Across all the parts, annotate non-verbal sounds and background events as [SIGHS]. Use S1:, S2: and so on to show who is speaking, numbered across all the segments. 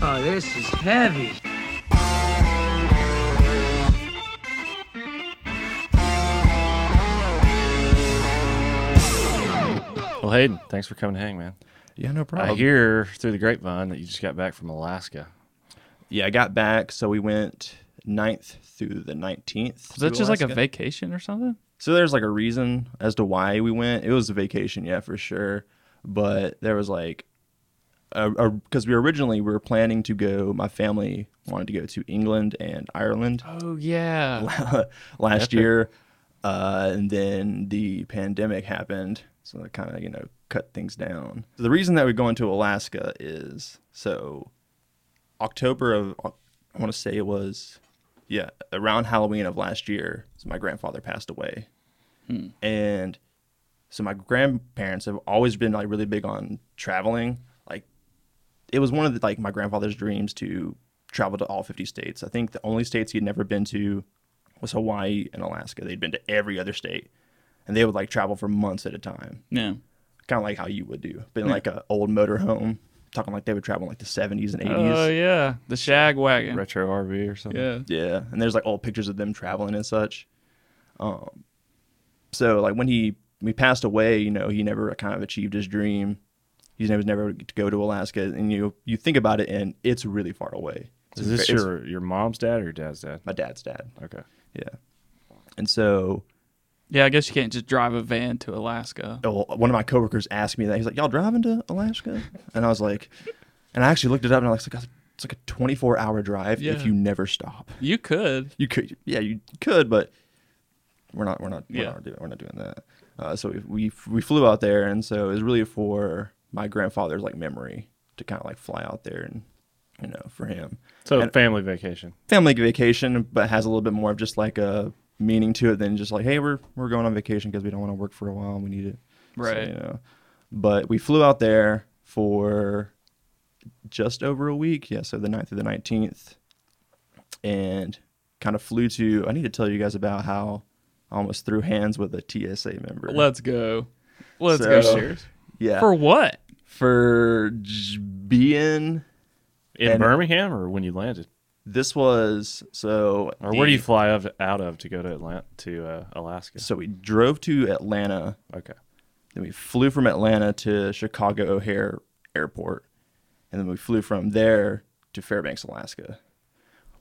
S1: Oh, this is heavy.
S2: Well, Hayden, thanks for coming to hang, man.
S3: Yeah, no problem.
S2: I hear through the grapevine that you just got back from Alaska.
S3: yeah, I got back, so we went 9th through the nineteenth.
S4: Was that just like a vacation or something?
S3: So there's like a reason as to why we went. It was a vacation, yeah, for sure. But there was like, because we originally we were planning to go. My family wanted to go to England and Ireland
S4: Oh yeah.
S3: [LAUGHS] last year, uh, and then the pandemic happened, so that kind of you know cut things down. The reason that we're going to Alaska is so October of uh, I want to say it was yeah around Halloween of last year. So my grandfather passed away, and so my grandparents have always been like really big on traveling. Like it was one of the, like my grandfather's dreams to travel to all 50 states. I think the only states he'd never been to was Hawaii and Alaska. They'd been to every other state, and they would like travel for months at a time,
S4: Yeah.
S3: kind of like how you would do, but in like a old motorhome. Talking like they would travel in like the 70s and 80s.
S4: Oh yeah. The shag wagon.
S2: [LAUGHS] Retro RV or something.
S4: Yeah.
S3: Yeah, and there's like old pictures of them traveling and such. Um, so like when he we passed away, you know, he never kind of achieved his dream. He was never to go to Alaska, and you you think about it, and it's really far away.
S2: Is this
S3: It's-
S2: your your mom's dad or your dad's dad?
S3: my dad's dad?
S2: Okay.
S3: Yeah, and so
S4: Yeah, I guess you can't just drive a van to Alaska.
S3: oh, one of my coworkers asked me that. He's like, "Y'all driving to Alaska?" And I was like, and I actually looked it up, and I was like, "It's like a 24 hour drive
S4: Yeah.
S3: if you never stop."
S4: You could.
S3: you could yeah you could but we're not we're not we're,
S4: Yeah.
S3: not, doing, we're not doing that uh, so we, we we flew out there and so it was really for my grandfather's like memory to kind of like fly out there and you know for him
S2: So
S3: And-
S2: family vacation.
S3: family vacation but has a little bit more of just like a meaning to it than just like hey we're we're going on vacation because we don't want to work for a while and we need it So,
S4: Right.
S3: you know but we flew out there for just over a week yeah so the 9th through the 19th and kind of flew to i need to tell you guys about how i almost threw hands with a tsa member
S4: Let's go. Let's
S3: So-
S4: go. Serious.
S3: yeah
S4: For
S3: for,
S4: what?
S3: for j- being
S2: In
S3: And-
S2: Birmingham or when you landed?
S3: this was so
S2: Or where do you
S3: the-
S2: fly of, out of to go to Atlanta to uh, Alaska?
S3: so we drove to atlanta
S2: Okay.
S3: Then we flew from Atlanta to Chicago O'Hare Airport, and then we flew from there to Fairbanks, Alaska.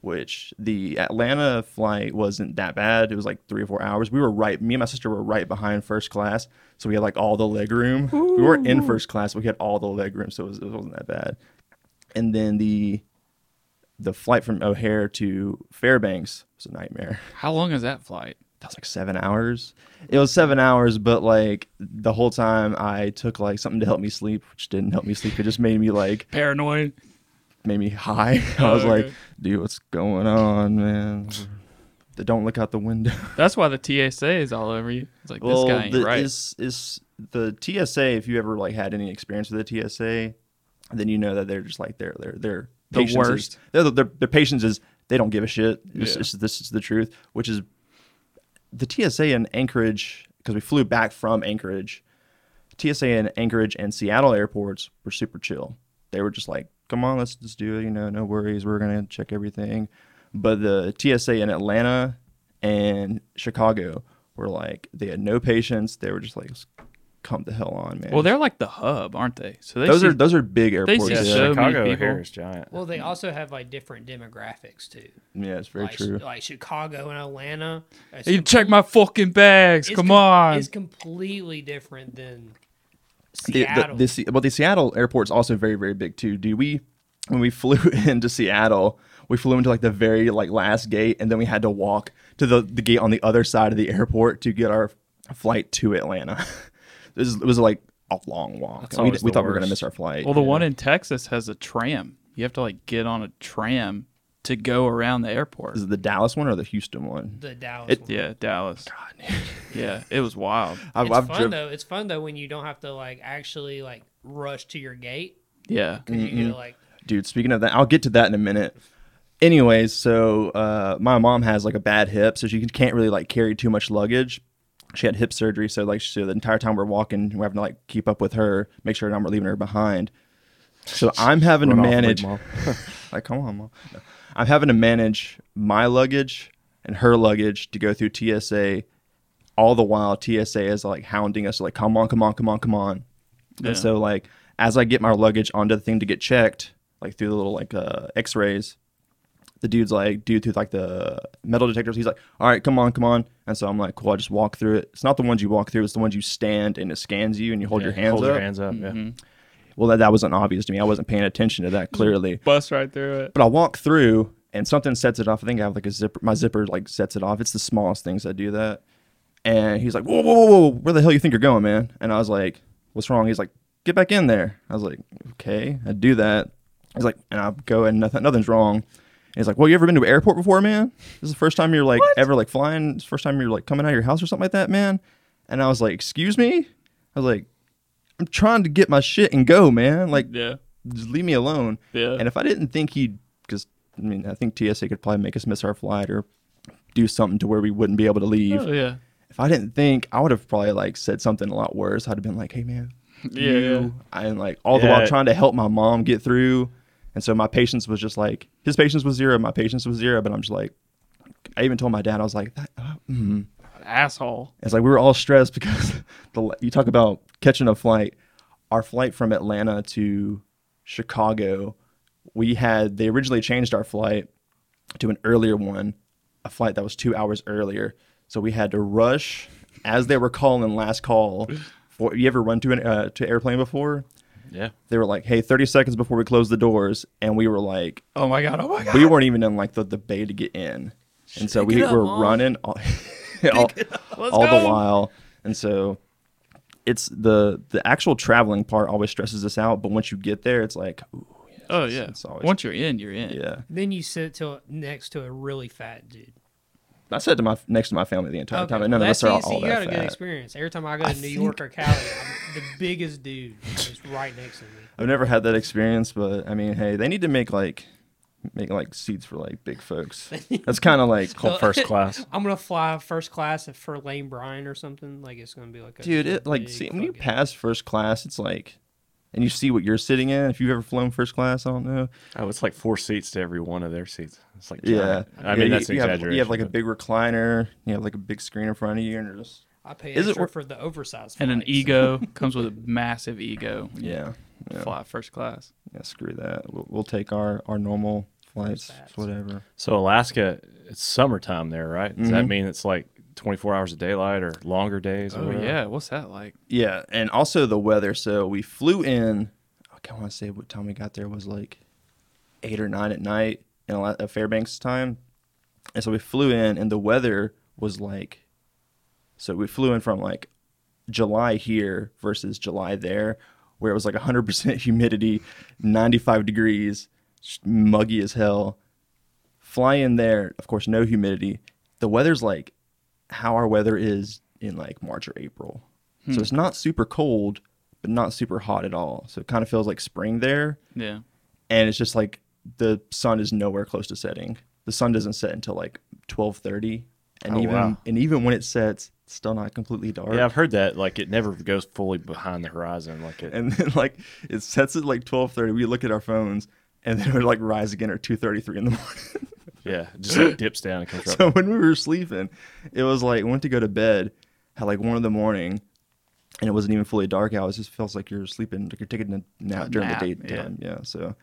S3: Which the Atlanta flight wasn't that bad. It was like three or four hours. We were right. Me and my sister were right behind first class, so we had like all the leg room. We weren't in first class. But we had all the leg room, so it, was, it wasn't that bad. And then the the flight from O'Hare to Fairbanks was a nightmare
S4: How long is that flight?
S3: that was like seven hours. It was seven hours, but like the whole time I took like something to help me sleep, which didn't help me sleep. It just made me like
S4: Paranoid.
S3: made me high. [LAUGHS] I was
S4: Oh, okay.
S3: like, dude, what's going on, man? Don't look out the window.
S4: That's why the TSA is all over you. It's like this guy ain't
S3: the,
S4: right.
S3: is is the TSA. If you ever like had any experience with the TSA, then you know that they're just like they're they're they're
S4: The
S3: patience is-
S4: worst.
S3: Their their their patience is they don't give a shit. It's,
S4: Yeah.
S3: it's- this is the truth, which is the TSA in Anchorage because we flew back from Anchorage. TSA in Anchorage and Seattle airports were super chill. They were just like, "Come on, let's just do it. You know, no worries. We're gonna check everything." But the TSA in Atlanta and Chicago were like, they had no patience. They were just like, "Let's "Come the hell on, man."
S4: well, they're like the hub, aren't they? So they
S3: those
S4: see-
S3: are those are big airports.
S4: see
S2: Yeah,
S3: yeah.
S4: so many
S2: Chicago
S4: people.
S2: here is giant.
S1: Well, they also have like different demographics too.
S3: Yeah, it's very
S1: like, uh,
S3: true.
S1: Like Chicago and Atlanta. it's
S4: You
S1: com-
S4: check my fucking bags.
S1: it's
S4: Come
S1: com-
S4: on.
S1: It's completely different than
S3: the,
S1: Seattle.
S3: the, the, Se- well, the Seattle airport's also very, very big too. Do we, when we [LAUGHS] flew into Seattle, we flew into like the very like last gate, and then we had to walk to the, the gate on the other side of the airport to get our flight to Atlanta. [LAUGHS] it, was, it was like a long walk. We,
S2: always
S3: we
S2: the
S3: thought we were gonna
S2: worst.
S3: miss our flight.
S4: Well, the one in Texas has a tram. You have to like get on a tram to go around the airport.
S3: is it the Dallas one or the Houston one?
S1: the Dallas. one.
S4: Yeah, Dallas. [LAUGHS] yeah, it was wild.
S3: I've,
S1: It's
S3: I've
S1: fun
S3: driv-
S1: though. It's fun though when you don't have to like actually like rush to your gate.
S4: Yeah.
S1: 'cause You
S3: Mm-hmm.
S1: get, like
S3: dude speaking of that i'll get to that in a minute anyways so uh, my mom has like a bad hip so she can't really like carry too much luggage she had hip surgery so like so the entire time we're walking we're having to like keep up with her make sure that i'm leaving her behind so i'm having
S2: Run
S3: to
S2: off, leave
S3: manage
S2: mom.
S3: Like, come on, mom. No. I'm having to manage my luggage and her luggage to go through TSA. All the while, TSA is like hounding us, like, come on, come on, come on, come on.
S4: Yeah.
S3: And so, like, as I get my luggage onto the thing to get checked, like through the little like uh, X-rays, the dude's like, dude, through like the metal detectors, he's like, all right, come on, come on. And so I'm like, cool. I just walk through it. It's not the ones you walk through; it's the ones you stand and it scans you and you hold your hands
S2: Hold
S3: up.
S2: your hands up. Yeah.
S4: Mm-hmm.
S3: Well, that, that wasn't obvious to me. I wasn't paying attention to that clearly.
S4: Bust right through it.
S3: But I walk through and something sets it off. I think I have like a zipper. My zipper like sets it off. It's the smallest things that do that. And he's like, whoa, whoa, whoa, whoa, where the hell you think you're going, man? And I was like, what's wrong? He's like, get back in there. I was like, okay, I do that. He's like, and I go and nothing, nothing's wrong. And he's like, well, you ever been to an airport before, man? This is the first time you're like ever like flying. It's the first time you're like coming out of your house or something like that, man. And I was like, excuse me? I was like, I'm trying to get my shit and go, man. Like,
S4: Yeah.
S3: just leave me alone.
S4: Yeah.
S3: And if I didn't think he'd, because I mean, I think TSA could probably make us miss our flight or do something to where we wouldn't be able to leave.
S4: Oh yeah.
S3: If I didn't think, I would have probably like said something a lot worse. I'd have been like, "Hey, man,
S4: Yeah. yeah.
S3: you," and like all the
S2: Yeah.
S3: while trying to help my mom get through. And so my patience was just like his patience was zero, my patience was zero. But I'm just like, I even told my dad, I was like, that, uh, mm.
S4: Asshole.
S3: It's like we were all stressed because [LAUGHS] the you talk about catching a flight. Our flight from Atlanta to Chicago, we had they originally changed our flight to an earlier one, a flight that was two hours earlier. So we had to rush as they were calling last call. For, you ever run to an uh, to airplane before? [LAUGHS]
S2: Yeah.
S3: They were like, "Hey, thirty seconds before we close the doors," and we were like,
S4: Oh my god. Oh my god.
S3: we weren't even in like the, the bay to get in, and so we
S1: it up,
S3: were
S1: Mom.
S3: running all, [LAUGHS] all,
S4: Let's
S3: all the
S4: go.
S3: while, and so it's the the actual traveling part always stresses us out. But once you get there, it's like, ooh,
S4: Oh yeah.
S3: It's always-
S4: Once you're in, you're in.
S3: yeah.
S1: Then you sit to next to a really fat dude.
S3: I sat to my next to my family the entire time,
S1: Okay,
S3: and none
S1: well,
S3: of us
S1: that's
S3: are all,
S1: easy. You
S3: that
S1: got a good
S3: fat.
S1: experience. Every time I go to New York or Cali, I'm the biggest dude is right next to me.
S3: I've never had that experience, but I mean, hey, they need to make like make like seats for like big
S1: [LAUGHS]
S3: folks. That's kind of like
S2: Called first class.
S1: I'm gonna fly first class for Lane Bryant or something. Like it's gonna be like a
S3: dude it like
S1: big
S3: see, when you
S1: fucking-
S3: pass first class it's like and you see what you're sitting in if you've ever flown first class i don't know
S2: [LAUGHS] Oh, it's like four seats to every one of their seats. It's like
S3: yeah
S2: giant. I mean,
S3: Yeah,
S2: that's
S3: you,
S2: an
S3: you have,
S2: exaggeration.
S3: you have like a
S2: but-
S3: big recliner you have like a big screen in front of you and you're just
S1: I pay
S3: Is it
S1: extra
S3: wor-
S1: for the oversized
S4: And an
S1: flights.
S4: [LAUGHS] ego comes with a massive ego. when you
S3: yeah yeah,
S4: Fly first class.
S3: yeah screw that we'll, we'll take our our normal flights
S1: Fast.
S3: whatever
S2: So Alaska, it's summertime there, right? Does that mean it's like 24 hours of daylight or longer days? Or
S4: Oh
S2: whatever?
S4: yeah. What's that like?
S3: yeah and also the weather so we flew in i want to say what time we got there was like eight or nine at night in a lot of fairbanks time and so we flew in and the weather was like so we flew in from like july here versus july there where it was like 100% [LAUGHS] humidity 95 degrees just muggy as hell fly in there of course no humidity the weather's like how our weather is in like march or april
S2: Hmm.
S3: so it's not super cold but not super hot at all so it kind of feels like spring there
S4: Yeah.
S3: and it's just like the sun is nowhere close to setting. The sun doesn't set until like twelve thirty, and
S2: Oh,
S3: even
S2: wow.
S3: and even when it sets, it's still not completely dark.
S2: Yeah, I've heard that. Like it never goes fully behind the horizon. Like it.
S3: [LAUGHS] And then like it sets at like twelve thirty. We look at our phones, and then it would like rise again at two thirty three in the [LAUGHS] morning.
S2: yeah, it just like dips down and comes right.
S3: so when we were sleeping, it was like went to go to bed at like one in the morning, and it wasn't even fully dark out. It just feels like you're sleeping, like you're taking a nap during
S4: nap,
S3: the
S4: yeah.
S3: daytime. Yeah. So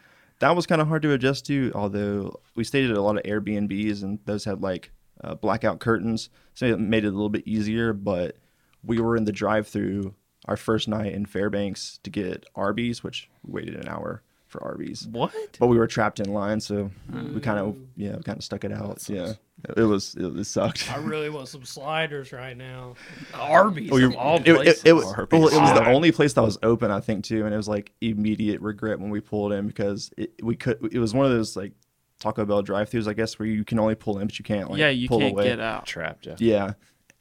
S3: that was kind of hard to adjust to. Although we stayed at a lot of Airbnbs, and those had like uh, blackout curtains, so it made it a little bit easier. But we were in the drive-through our first night in Fairbanks to get Arby's, which we waited an hour for Arby's
S4: What?
S3: but we were trapped in line, so we kind of [LAUGHS] yeah, we kind of stuck it out. yeah, it was it, it sucked.
S1: I really want some sliders right now.
S4: Arby's.
S3: Well,
S4: of all
S3: [LAUGHS] Oh, it, it-
S4: places.
S3: it was, well, it was the
S4: Arby's.
S3: only place that was open, I think, too, and it was like immediate regret when we pulled in because it, we could. It was one of those like Taco Bell drive-throughs, I guess, where you can only pull in, but you can't. Like,
S4: yeah, you
S3: pull
S4: can't
S3: away.
S4: get out.
S2: Trapped. Yeah.
S3: Yeah,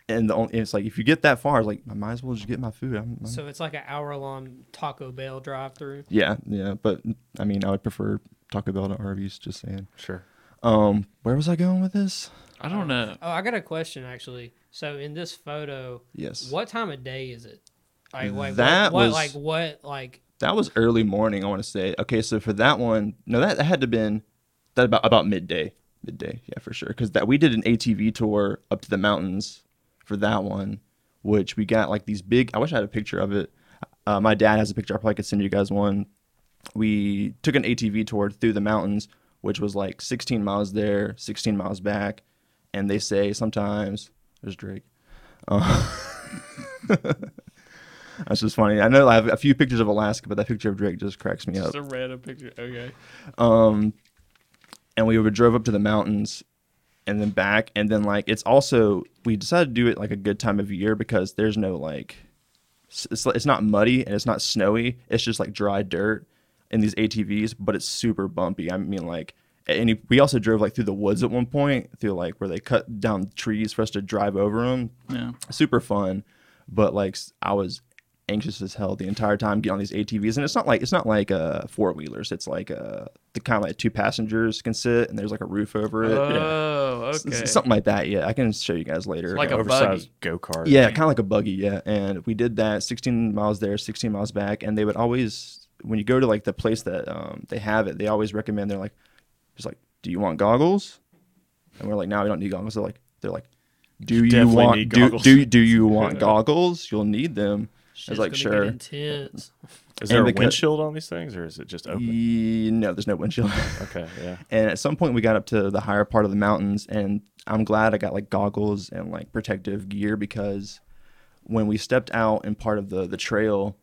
S3: and the only, it's like if you get that far, it's like I might as well just get my food. I'm, I'm-
S1: So it's like an hour long Taco Bell drive through.
S3: yeah, yeah, but I mean, I would prefer Taco Bell to Arby's. Just saying.
S2: Sure.
S3: Um, where was I going with this?
S4: I don't know.
S1: Oh, I got a question actually. So in this photo,
S3: Yes.
S1: what time of day is it? Like, like what-
S3: That
S1: what,
S3: was-
S1: like what like
S3: That was early morning, I want to say. Okay, so for that one, no, that, that had to been that about about midday, midday, yeah, for sure. Because that we did an ATV tour up to the mountains for that one, which we got like these big. I wish I had a picture of it. Uh, my dad has a picture. I probably could send you guys one. We took an ATV tour through the mountains, which was like 16 miles there, 16 miles back, and they say sometimes there's Drake. Uh, [LAUGHS] That's just funny. I know I have a few pictures of Alaska, but that picture of Drake just cracks me up.
S4: Just a random picture. Okay.
S3: and we would drove up to the mountains and then back and then like it's also we decided to do it like a good time of year because there's no like s- it's, it's not muddy and it's not snowy it's just like dry dirt in these atvs but it's super bumpy i mean like at any we also drove like through the woods at one point through like where they cut down trees for us to drive over them
S4: Yeah.
S3: super fun but like s- i was anxious as hell the entire time getting on these atvs and it's not like it's not like uh four wheelers it's like uh the kind of like two passengers can sit and there's like a roof over it
S4: Oh,
S3: S- s-
S4: okay.
S3: something like that yeah i can show you guys later
S4: like a
S2: oversized
S4: buggy.
S2: go kart.
S3: yeah kind of like a buggy yeah and we did that 16 miles there 16 miles back and they would always when you go to like the place that um they have it they always recommend they're like just like do you want goggles and we're like no we don't need goggles they're like they're like do you
S2: definitely
S3: want
S2: need
S3: do,
S2: goggles."
S3: do do you
S2: [LAUGHS]
S3: want goggles you'll need them i was
S1: Shit's
S3: like
S1: gonna get
S3: sure
S1: Intense.
S2: Is there
S3: and
S2: a
S3: because-
S2: windshield on these things, or is it just open?
S3: Ye- no there's no windshield
S2: Okay, yeah.
S3: And at some point, we got up to the higher part of the mountains, and I'm glad I got like goggles and like protective gear because when we stepped out in part of the the trail,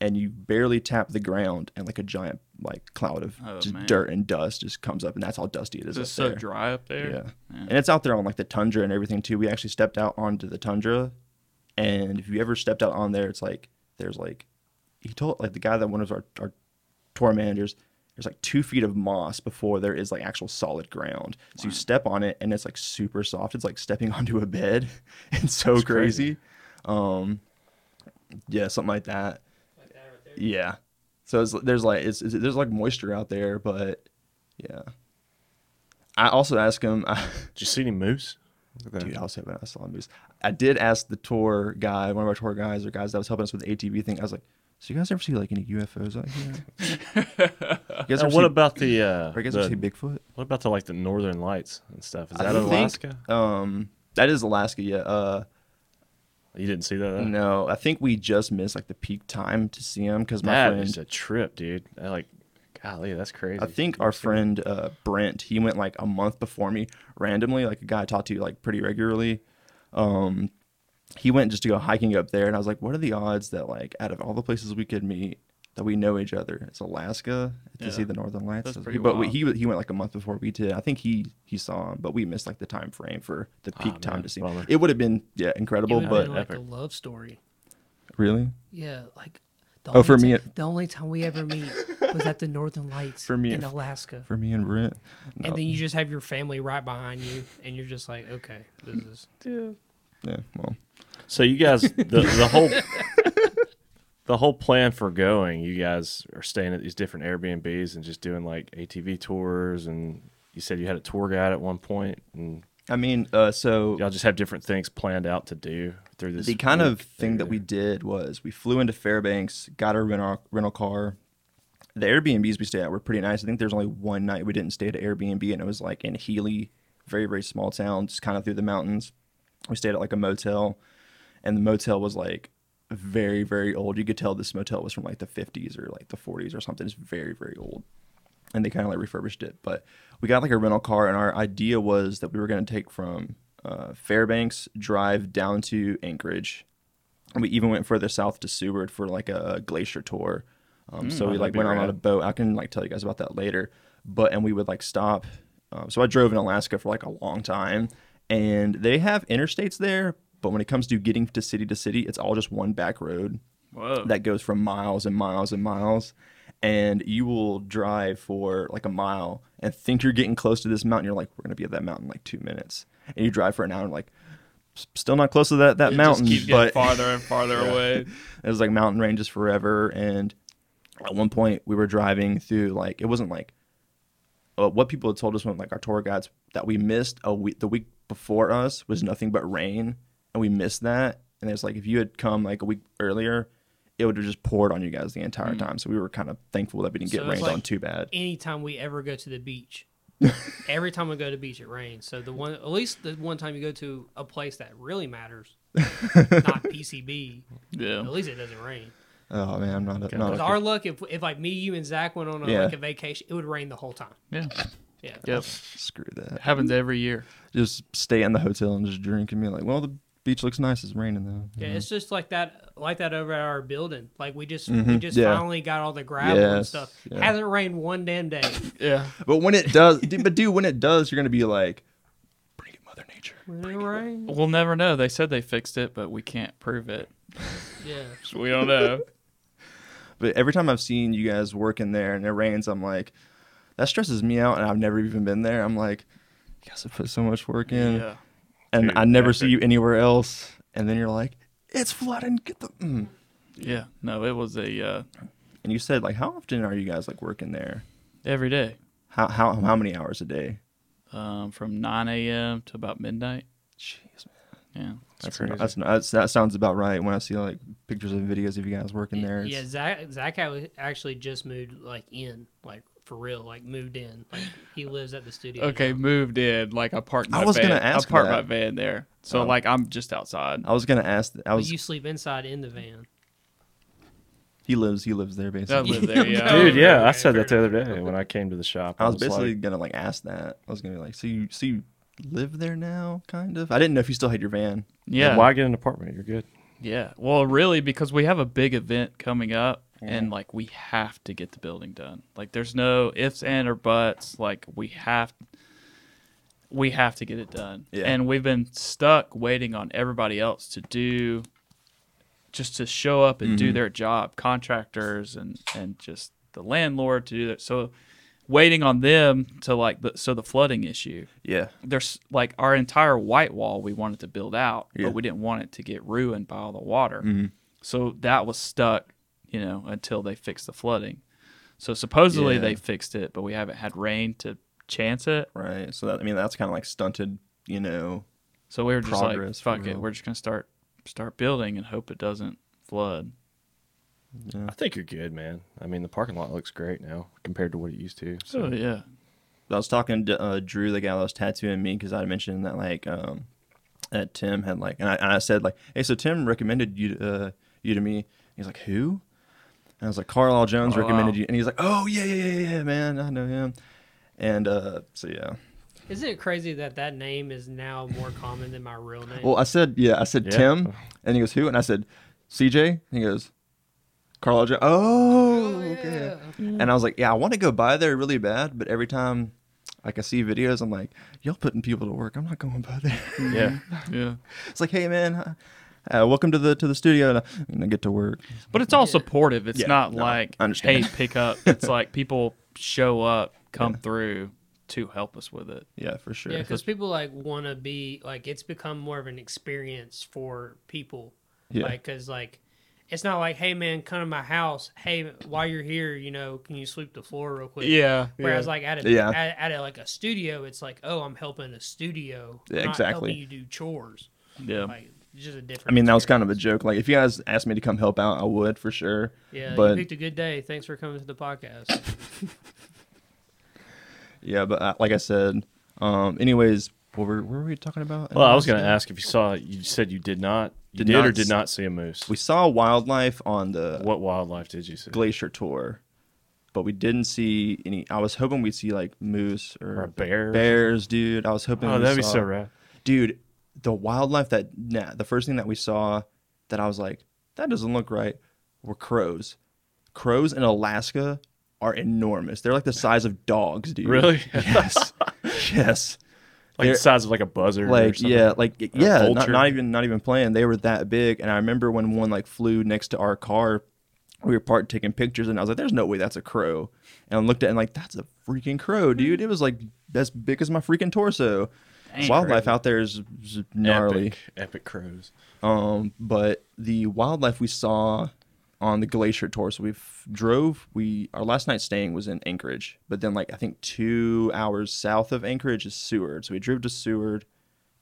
S3: and you barely tap the ground, and like a giant like cloud of
S4: Oh,
S3: just
S4: man.
S3: dirt and dust just comes up, and that's how dusty it
S4: Is
S3: is.
S4: it
S3: up
S4: so
S3: there.
S4: dry up there?
S3: Yeah. And it's out there on like the tundra and everything too. We actually stepped out onto the tundra. And if you ever stepped out on there, it's like there's like he told like the guy that one of our, our tour managers, there's like two feet of moss before there is like actual solid ground. So you step on it and it's like super soft. It's like stepping [LAUGHS] onto a bed. It's so
S2: crazy.
S3: crazy. Um yeah, something like that.
S1: Like that right there.
S3: Yeah. So it's, there's like it's, it's there's like moisture out there, but yeah. I also asked him [LAUGHS]
S2: Did you see any moose? Look at that.
S3: Dude, I was hoping I saw a moose. I did ask the tour guy, one of our tour guys or guys that was helping us with the ATV thing. I was like, "So you guys ever see like any UFOs
S2: [LAUGHS]
S3: out here? you
S2: And
S3: guys ever
S2: what
S3: see,
S2: about the? Uh,
S3: or you guys
S2: the-
S3: ever see Bigfoot?
S2: what about the like the northern lights and stuff? Is
S3: I
S2: that
S3: think-
S2: Alaska?
S3: Um, that is Alaska, yeah. Uh,
S2: You didn't see that? huh?
S3: no, I think we just missed like the peak time to see him because my
S2: That
S3: friend,
S2: is a trip, dude. That, like, golly, that's crazy.
S3: I think our friend uh, Brent, he went like a month before me randomly, like a guy I talked to like pretty regularly. Um, he went just to go hiking up there, and I was like, "What are the odds that like out of all the places we could meet, that we know each other? It's Alaska to see the Northern Lights."
S4: That's
S3: I was
S4: pretty
S3: like, but we,
S4: wild.
S3: he he went like a month before we did. I think he he saw him, but we missed like the time frame for the
S4: Ah,
S3: peak
S2: man,
S3: time to see. him.
S2: bummer.
S3: It would have been yeah
S1: It
S3: incredible,
S1: would have
S3: but
S1: been like a
S2: epic.
S1: love story.
S3: really
S1: Yeah, like. The
S3: Oh, for
S1: only
S3: me,
S1: ti-
S3: it-
S1: the only time we ever meet was at the Northern Lights
S3: For me,
S1: in
S3: it-
S1: Alaska,
S3: for me and Brent, no,
S1: and then you just have your family right behind you, and you're just like, okay, this
S3: [LAUGHS]
S1: is
S3: yeah, well,
S2: So you guys, the the whole the whole plan for going, you guys are staying at these different Airbnbs and just doing like ATV tours, and you said you had a tour guide at one point, and
S3: I mean, uh, so
S2: y'all just have different things planned out to do through this.
S3: the kind
S2: week
S3: of thing that we did was we flew into Fairbanks, got our rental rental car. The Airbnbs we stayed at were pretty nice. I think there's only one night we didn't stay at an Airbnb, and it was like in Healy, very very small town, just kind of through the mountains. We stayed at like a motel, and the motel was like very very old. You could tell this motel was from like the 50s or like the 40s or something. It's very very old and they kind of like refurbished it. But we got like a rental car, and our idea was that we were going to take from uh, Fairbanks drive down to Anchorage, and we even went further south to Seward for like a glacier tour. Um, so we
S2: that'd
S3: like
S2: be
S3: went out
S2: rad.
S3: on a boat. I can like tell you guys about that later. But and we would like stop. Um, so I drove in Alaska for like a long time, and they have interstates there. But when it comes to getting to city to city, it's all just one back road
S4: Whoa.
S3: that goes from miles and miles and miles and you will drive for like a mile and think you're getting close to this mountain you're like we're going to be at that mountain in like two minutes and you drive for an hour and like "S- still not close to that that
S4: It
S3: mountain
S4: Just keeps getting
S3: but
S4: farther and
S3: [LAUGHS]
S4: farther away.
S3: it was like mountain ranges forever and at one point we were driving through like it wasn't like uh, what people had told us when like our tour guides that we missed a week the week before us was nothing but rain and we missed that and it's like if you had come like a week earlier it would have just poured on you guys the entire time so we were kind of thankful that we didn't
S1: Mm. So
S3: get
S1: it's
S3: rained
S1: like-
S3: on too bad [LAUGHS]
S1: anytime we ever go to the beach, Every time we go to the beach, it rains. So the one, at least the one time you go to a place that
S3: [LAUGHS]
S1: really matters, not PCB, at
S4: Yeah.
S1: least it doesn't rain.
S3: Oh man, I'm not a, not
S1: Because
S3: a
S1: our luck, if, if like me, you, and Zach went on a,
S3: Yeah.
S1: like a vacation, it would rain the whole time.
S4: [LAUGHS] Yeah.
S1: Yeah.
S4: Yep.
S3: screw that.
S4: Happens every year.
S3: Just stay in the hotel and just drink and be like, well, the beach looks nice. It's raining though.
S1: Yeah, it's just like that, like that over at our building. Like we just, we
S3: Mhm,
S1: just
S3: yeah.
S1: finally got all the gravel and
S3: Yes,
S1: stuff.
S3: yeah.
S1: Hasn't rained one damn day.
S4: Yeah.
S3: But when it does, dude, but dude, when it does, you're gonna be like, bring it, Mother Nature.
S1: When it
S3: [LAUGHS]
S1: rains,
S4: We'll never know. They said they fixed it, but we can't prove it.
S1: yeah.
S4: So we don't
S3: [LAUGHS]
S4: know.
S3: But every time I've seen you guys working there and it rains, I'm like, that stresses me out, and I've never even been there. I'm like, you guys have put so much work in,
S4: Yeah.
S3: and
S2: Dude,
S3: I never
S2: epic.
S3: see you anywhere else. And then you're like, it's flooding. Get the. Mm.
S4: Yeah. No, it was a uh,
S3: And you said like, how often are you guys like working there?
S4: every day
S3: How how how many hours a day?
S4: um, from 9 a.m. to about midnight.
S3: Jeez, man.
S4: Yeah.
S3: That's,
S2: crazy.
S3: that's, that's that sounds about right. When I see like pictures and videos of you guys working there,
S1: Yeah,
S3: it's,
S1: Zach, Zach had- actually just moved like in, like for real, like moved in. Like he lives at the studio.
S4: Okay, moved in. Like I parked. My
S3: I was
S4: van.
S3: gonna ask
S4: I parked
S3: that.
S4: my van there, so
S3: Oh.
S4: like I'm just outside.
S3: I was gonna ask. I
S1: But
S3: was.
S1: you sleep inside in the van.
S3: he lives. He lives there basically.
S4: I live
S1: [LAUGHS]
S4: there. Yeah.
S1: Oh,
S2: Dude, yeah, I
S1: okay,
S2: said
S1: fair
S2: that the other day when I came to the shop.
S3: I was
S2: like,
S3: basically gonna like ask that. I was gonna be like, so you so you live there now, kind of. I didn't know if you still had your van.
S4: Yeah.
S2: why get an apartment? You're good.
S4: Yeah. Well, really, because we have a big event coming up, and like we have to get the building done. Like, there's no ifs and or buts. Like, we have, we have to get it done.
S3: Yeah.
S4: And we've been stuck waiting on everybody else to do, just to show up and do their job. Contractors and and just the landlord to do that. So, waiting on them to like the so the flooding issue
S3: Yeah.
S4: there's like our entire white wall we wanted to build out,
S3: Yeah. Mm-hmm.
S4: but we didn't want it to get ruined by all the water. So that was stuck, you know, until they fixed the flooding. So supposedly
S3: Yeah.
S4: they fixed it, but we haven't had rain to chance it.
S3: Right. So that, I mean, that's kind of like stunted. You know.
S4: So we were just
S3: Progress, for
S4: like, fuck it,
S3: real.
S4: we're just gonna start start building and hope it doesn't flood.
S2: I think you're good, man. I mean, the parking lot looks great now compared to what it used to. So
S3: Oh,
S4: So yeah,
S3: I was talking to uh, Drew, the guy that was tattooing me, because I had mentioned that like um that Tim had like, and I, and I said like, hey, so Tim recommended you uh, you to me. He's like, who? And I was like, Carlisle Jones
S4: Oh,
S3: recommended
S4: wow.
S3: you, and he's like, oh yeah yeah yeah yeah man, I know him. And uh, so yeah.
S1: Isn't it crazy that that name is now more common than my real name?
S3: Well, I said, yeah, I said
S2: Yeah.
S3: Tim, and he goes, who? And I said, CJ. And he goes, Carl Jo- Oh, okay. And I was like, yeah, I want to go by there really bad, but every time like I see videos, I'm like, y'all putting people to work. I'm not going by there.
S2: yeah,
S4: [LAUGHS] yeah.
S3: [LAUGHS] it's like, hey man, uh, uh, welcome to the to the studio, and I, and I get to work.
S4: But it's all supportive. It's
S3: Yeah,
S4: not
S3: no,
S4: like
S3: I
S4: hey,
S3: understand.
S4: pick
S3: [LAUGHS]
S4: up. It's like people show up, come through to help us with it.
S3: Yeah, for sure.
S1: Yeah, because people like want to be like it's become more of an experience for people.
S3: Yeah.
S1: Like, because like it's not like, hey man, come to my house. Hey, while you're here, you know, can you sweep the floor real quick?
S4: Yeah.
S1: Whereas like at a,
S3: Yeah.
S1: at, at a, like a studio, it's like, oh, I'm helping a studio.
S3: Yeah,
S1: not
S3: exactly.
S1: Helping you do chores.
S4: yeah.
S1: Like it's just a different.
S3: I mean, that was
S1: experience.
S3: kind of a joke. Like, if you guys asked me to come help out, I would for sure.
S1: Yeah, you
S3: but
S1: picked a good day. Thanks for coming to
S3: [LAUGHS]
S1: the podcast.
S3: yeah, but uh, like I said, um, anyways, what were, what were we talking about?
S2: Well, I was going to ask if you saw. You said you did not. You
S3: Did
S2: did,
S3: not
S2: or
S3: s-
S2: did not see a moose.
S3: We saw wildlife on the
S2: what wildlife did you see?
S3: glacier tour, but we didn't see any. I was hoping we'd see like moose or,
S2: Or a bear or
S3: Bears, dude. I was hoping.
S2: oh,
S3: we
S2: that'd be
S3: saw-
S2: so rad.
S3: dude. The wildlife that nah, the first thing that we saw that I was like, that doesn't look right, were crows. Crows in Alaska are enormous. They're like the size of dogs, dude.
S2: Really?
S3: [LAUGHS]
S2: [LAUGHS]
S3: Yes. yes.
S2: Like
S3: They're-
S2: the size of like a buzzard. or
S3: Like
S2: something.
S3: yeah, like yeah, not,
S2: vulture.
S3: not even not even playing. They were that big, and I remember when one like flew next to our car. We were parked taking pictures, and I was like, "There's no way that's a crow." And I looked at it and like, "That's a freaking crow, dude! It was like as big as my freaking torso."
S4: Dang,
S3: wildlife out there is is gnarly.
S2: epic, epic crows.
S3: Um, but the wildlife we saw on the glacier tour. So we drove. We our last night staying was in Anchorage, but then like I think two hours south of Anchorage is Seward. So we drove to Seward,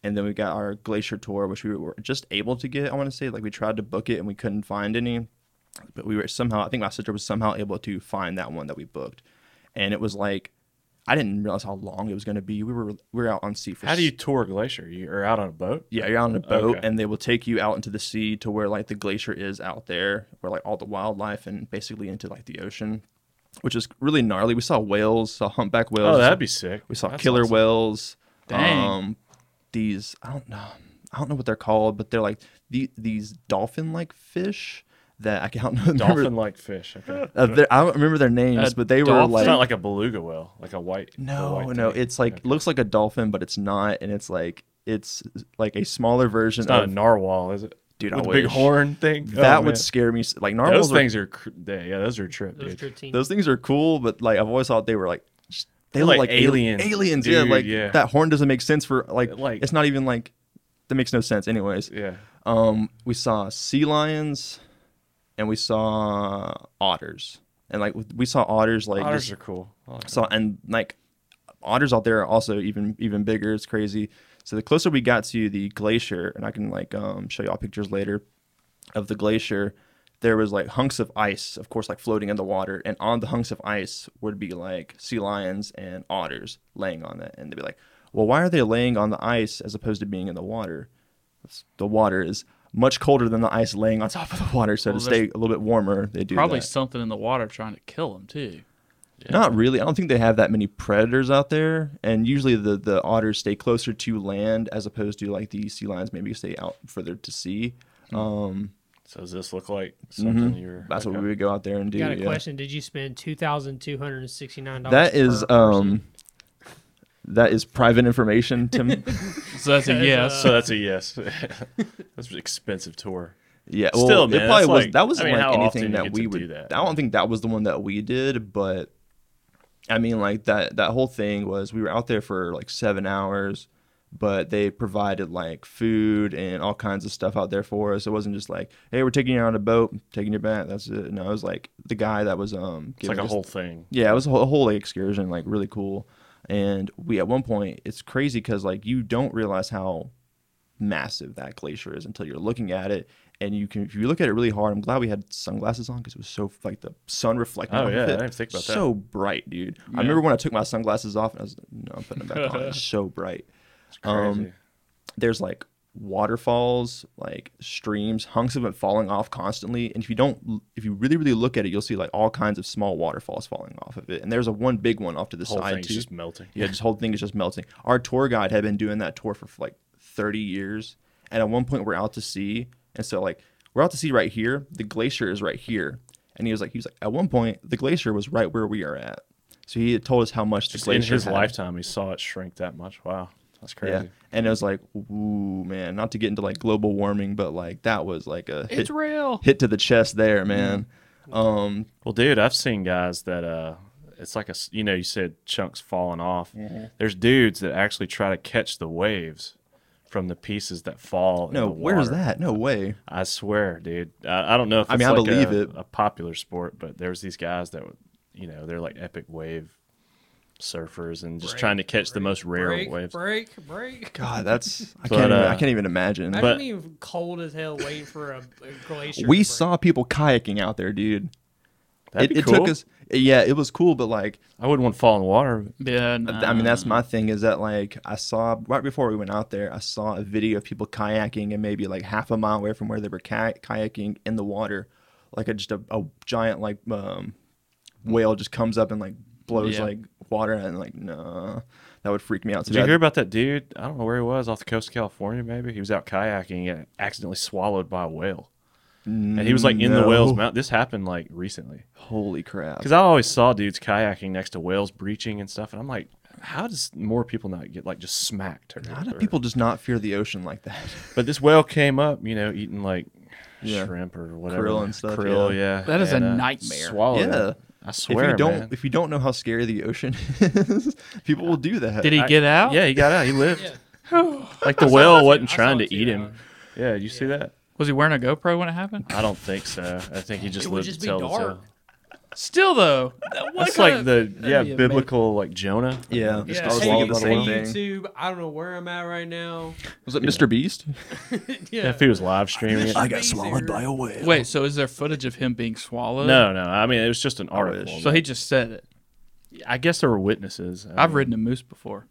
S3: and then we got our glacier tour, which we were just able to get. I want to say like we tried to book it and we couldn't find any, but we were somehow. I think my sister was somehow able to find that one that we booked, and it was like I didn't realize how long it was going to be. We were we were out on sea for
S2: How do you tour a glacier? You are out on a boat.
S3: yeah, you're out on a boat,
S2: Okay.
S3: and they will take you out into the sea to where like the glacier is out there, where like all the wildlife and basically into like the ocean, which is really gnarly. We saw whales, saw humpback whales.
S2: Oh, that'd be sick.
S3: We saw
S2: That's
S3: killer
S2: awesome.
S3: whales.
S4: Dang.
S3: Um, these I don't know, I don't know what they're called, but they're like the, these dolphin-like fish that I can't [LAUGHS] remember.
S2: Dolphin-like fish.
S3: [LAUGHS]
S2: Okay.
S3: Uh, they're- I don't remember their names,
S4: A
S3: but they were
S4: dolphin?
S2: it's
S3: like
S2: not like Oh, a beluga whale, like a white. a
S3: no,
S2: white
S3: no.
S2: thing.
S3: It's like looks like a dolphin, but it's not, and it's like it's like a smaller version
S2: It's not
S3: of
S2: a narwhal, is it?
S3: Dude, I
S2: With the big
S3: wish.
S2: horn thing.
S3: that
S2: Oh,
S3: would
S2: man.
S3: scare me. s- Like
S2: Those
S3: narwhals, are,
S2: things are. cr- they- Yeah, those are a trip,
S1: Those
S2: dude.
S1: thirteen.
S3: those things are cool, but like I've always thought they were like just- they
S2: They're
S3: look
S2: like
S3: like, al-
S2: aliens,
S3: aliens.
S2: dude,
S3: yeah, like
S2: yeah.
S3: that horn doesn't make sense for like,
S2: Like-
S3: it's not even like that makes no sense. Anyways,
S2: Yeah.
S3: um, we saw sea lions, and we saw otters, and like we saw otters like
S2: Otters
S3: just-
S2: are cool. I
S4: Oh,
S2: like
S3: So and like otters out there are also even even bigger. It's crazy. So the closer we got to the glacier, and I can like um, show y'all pictures later of the glacier, there was like hunks of ice, of course, like floating in the water, and on the hunks of ice would be like sea lions and otters laying on it, and they'd be like, "Well, why are they laying on the ice as opposed to being in the water? It's- The water is." Much colder than the ice laying on top of the water, so
S4: Well,
S3: to
S4: there's
S3: stay a little bit warmer, they do
S4: Probably
S3: that.
S4: something in the water trying to kill them too.
S3: Not really. I don't think they have that many predators out there, and usually the the otters stay closer to land as opposed to like the sea lions maybe stay out further to sea. Um,
S2: So does this look like something you're?
S3: Mm-hmm. that's what
S2: okay.
S3: we would go out there and do.
S1: got a
S3: yeah.
S1: question. Did you spend two thousand two hundred and sixty nine dollars?
S3: That is um, that is private information,
S1: [LAUGHS]
S3: Tim.
S4: So that's
S2: [LAUGHS]
S4: a yes.
S2: So that's a
S3: [LAUGHS]
S2: yes. [LAUGHS] that's an expensive tour.
S3: yeah, well,
S2: Still, man,
S3: it
S2: that's
S3: probably was
S2: like-
S3: that was
S2: I
S3: not
S2: mean, how
S3: like
S2: often
S3: anything
S2: you
S3: that
S2: get
S3: we
S2: to
S3: would.
S2: do that?
S3: I don't think that was the one that we did, but I mean, like that that whole thing was we were out there for like seven hours, but they provided like food and all kinds of stuff out there for us. It wasn't just like, hey, we're taking you out on a boat, taking you back. That's it. No, it was like the guy that was um,
S2: It's like
S3: giving
S2: a
S3: us-
S2: whole thing.
S3: yeah, it was a whole, a whole like, excursion, like really cool. And we at one point, it's crazy because like you don't realize how massive that glacier is until you're looking at it. And you can, if you look at it really hard, I'm glad we had sunglasses on because it was so like the sun reflecting.
S2: Oh,
S3: off of
S2: yeah, I
S3: it.
S2: didn't think about that.
S3: So bright, dude. I remember when I took my sunglasses off and I was like, no, I'm putting them back on.
S2: [LAUGHS]
S3: It's so bright
S2: It's crazy.
S3: there's like waterfalls, like streams, hunks of it falling off constantly. And if you don't, if you really, really look at it, you'll see like all kinds of small waterfalls falling off of it. And there's a one big one off to the
S2: whole
S3: side
S2: thing's
S3: too.
S2: just melting.
S3: [LAUGHS] yeah, this whole thing is just melting. Our tour guide had been doing that tour for like 30 years. And at one point we're out to sea. And so like we're out to sea right here. The glacier is right here. And he was like, he was like, at one point the glacier was right where we are at. So he had told us how much the
S2: Just in
S3: glacier
S2: his
S3: had.
S2: lifetime, he saw it shrink that much. Wow, that's crazy.
S3: Yeah. And it was like, ooh, man, not to get into like global warming, but like that was like a hit,
S4: it's real.
S3: hit to the chest
S2: Mm.
S3: there, man. Um,
S2: Well, dude, I've seen guys that uh, it's like a s- you know you said chunks falling off.
S1: Mm-hmm.
S2: There's dudes that actually try to catch the waves from the pieces that fall. in
S3: no,
S2: the
S3: where's
S2: water.
S3: that? No way.
S2: I swear, dude. I, I don't know if
S3: I
S2: it's
S3: mean, I
S2: like
S3: believe
S2: a,
S3: it.
S2: a popular sport, but there's these guys that, would- you know, they're like epic wave surfers and just
S1: Break,
S2: trying to catch the most rare
S1: break,
S2: waves.
S1: break, break.
S3: God, that's
S2: But,
S3: I can't. even,
S2: uh,
S3: I can't even imagine.
S1: Imagine
S2: But-
S1: being cold as hell waiting for a, a glacier.
S3: we
S1: to break.
S3: saw people kayaking out there, dude.
S2: That'd
S3: it
S2: be
S3: it
S2: cool.
S3: took us. Yeah, it was cool, but like,
S2: I wouldn't want to fall in the water.
S4: Yeah.
S3: th- I mean,
S4: um,
S3: that's my
S2: Um,
S3: thing. Is that like I saw right before we went out there, I saw a video of people kayaking and maybe like half a mile away from where they were kay- kayaking in the water, like a, just a, a giant like um, whale just comes up and like blows
S4: Yeah.
S3: like water and like nah, that would freak me out. So
S2: Did you
S3: that-
S2: hear about that dude? I don't know where he was, off the coast of California, maybe. He was out kayaking and accidentally swallowed by a whale. And he was like in the
S3: No.
S2: whale's mouth. This happened like recently.
S3: Holy crap!
S2: Because I always saw dudes kayaking next to whales breaching and stuff. And I'm like, how does more people not get like just smacked? Or,
S3: How do
S2: or-
S3: people just not fear the ocean
S2: [LAUGHS]
S3: like that?
S2: But this whale came up, you know, eating like
S3: Yeah.
S2: shrimp or whatever.
S3: Krill and stuff,
S2: Krill, yeah.
S4: That is a
S2: And, uh,
S4: nightmare.
S2: Swallowed
S3: Yeah.
S2: it. I swear,
S3: if you don't,
S2: man.
S3: if you don't know how scary the ocean is, [LAUGHS] people will do that.
S4: Did he get out?
S2: Yeah, he got out. He lived.
S1: [LAUGHS] Yeah.
S2: Like the whale wasn't
S1: I saw
S2: trying
S1: it
S2: to
S1: too,
S2: eat him.
S1: Alan.
S2: Yeah, you see that?
S4: Was he wearing a GoPro when it happened?
S2: I don't think so. I think he just
S1: It
S2: lived
S1: would just
S2: to
S1: be
S2: tell the
S1: dark.
S2: tale.
S4: Still though. What
S2: That's
S4: kind
S2: like
S4: of-
S2: the yeah
S4: be amazing.
S2: biblical like Jonah.
S3: Yeah,
S1: Yeah,
S3: I was thinking
S1: hey,
S3: the
S2: swallowed by
S3: same
S2: the
S3: thing.
S1: YouTube. I don't know where I'm at right now.
S3: Was it Mr. Beast?
S1: yeah.
S2: If he was live streaming it.
S1: I got swallowed by a
S3: whale.
S4: Wait, so is there footage of him being swallowed?
S2: No, no. I mean, it was just an article.
S3: wish.
S4: So he just said it.
S2: I guess there were witnesses. I
S4: I've
S2: mean,
S4: ridden a moose before.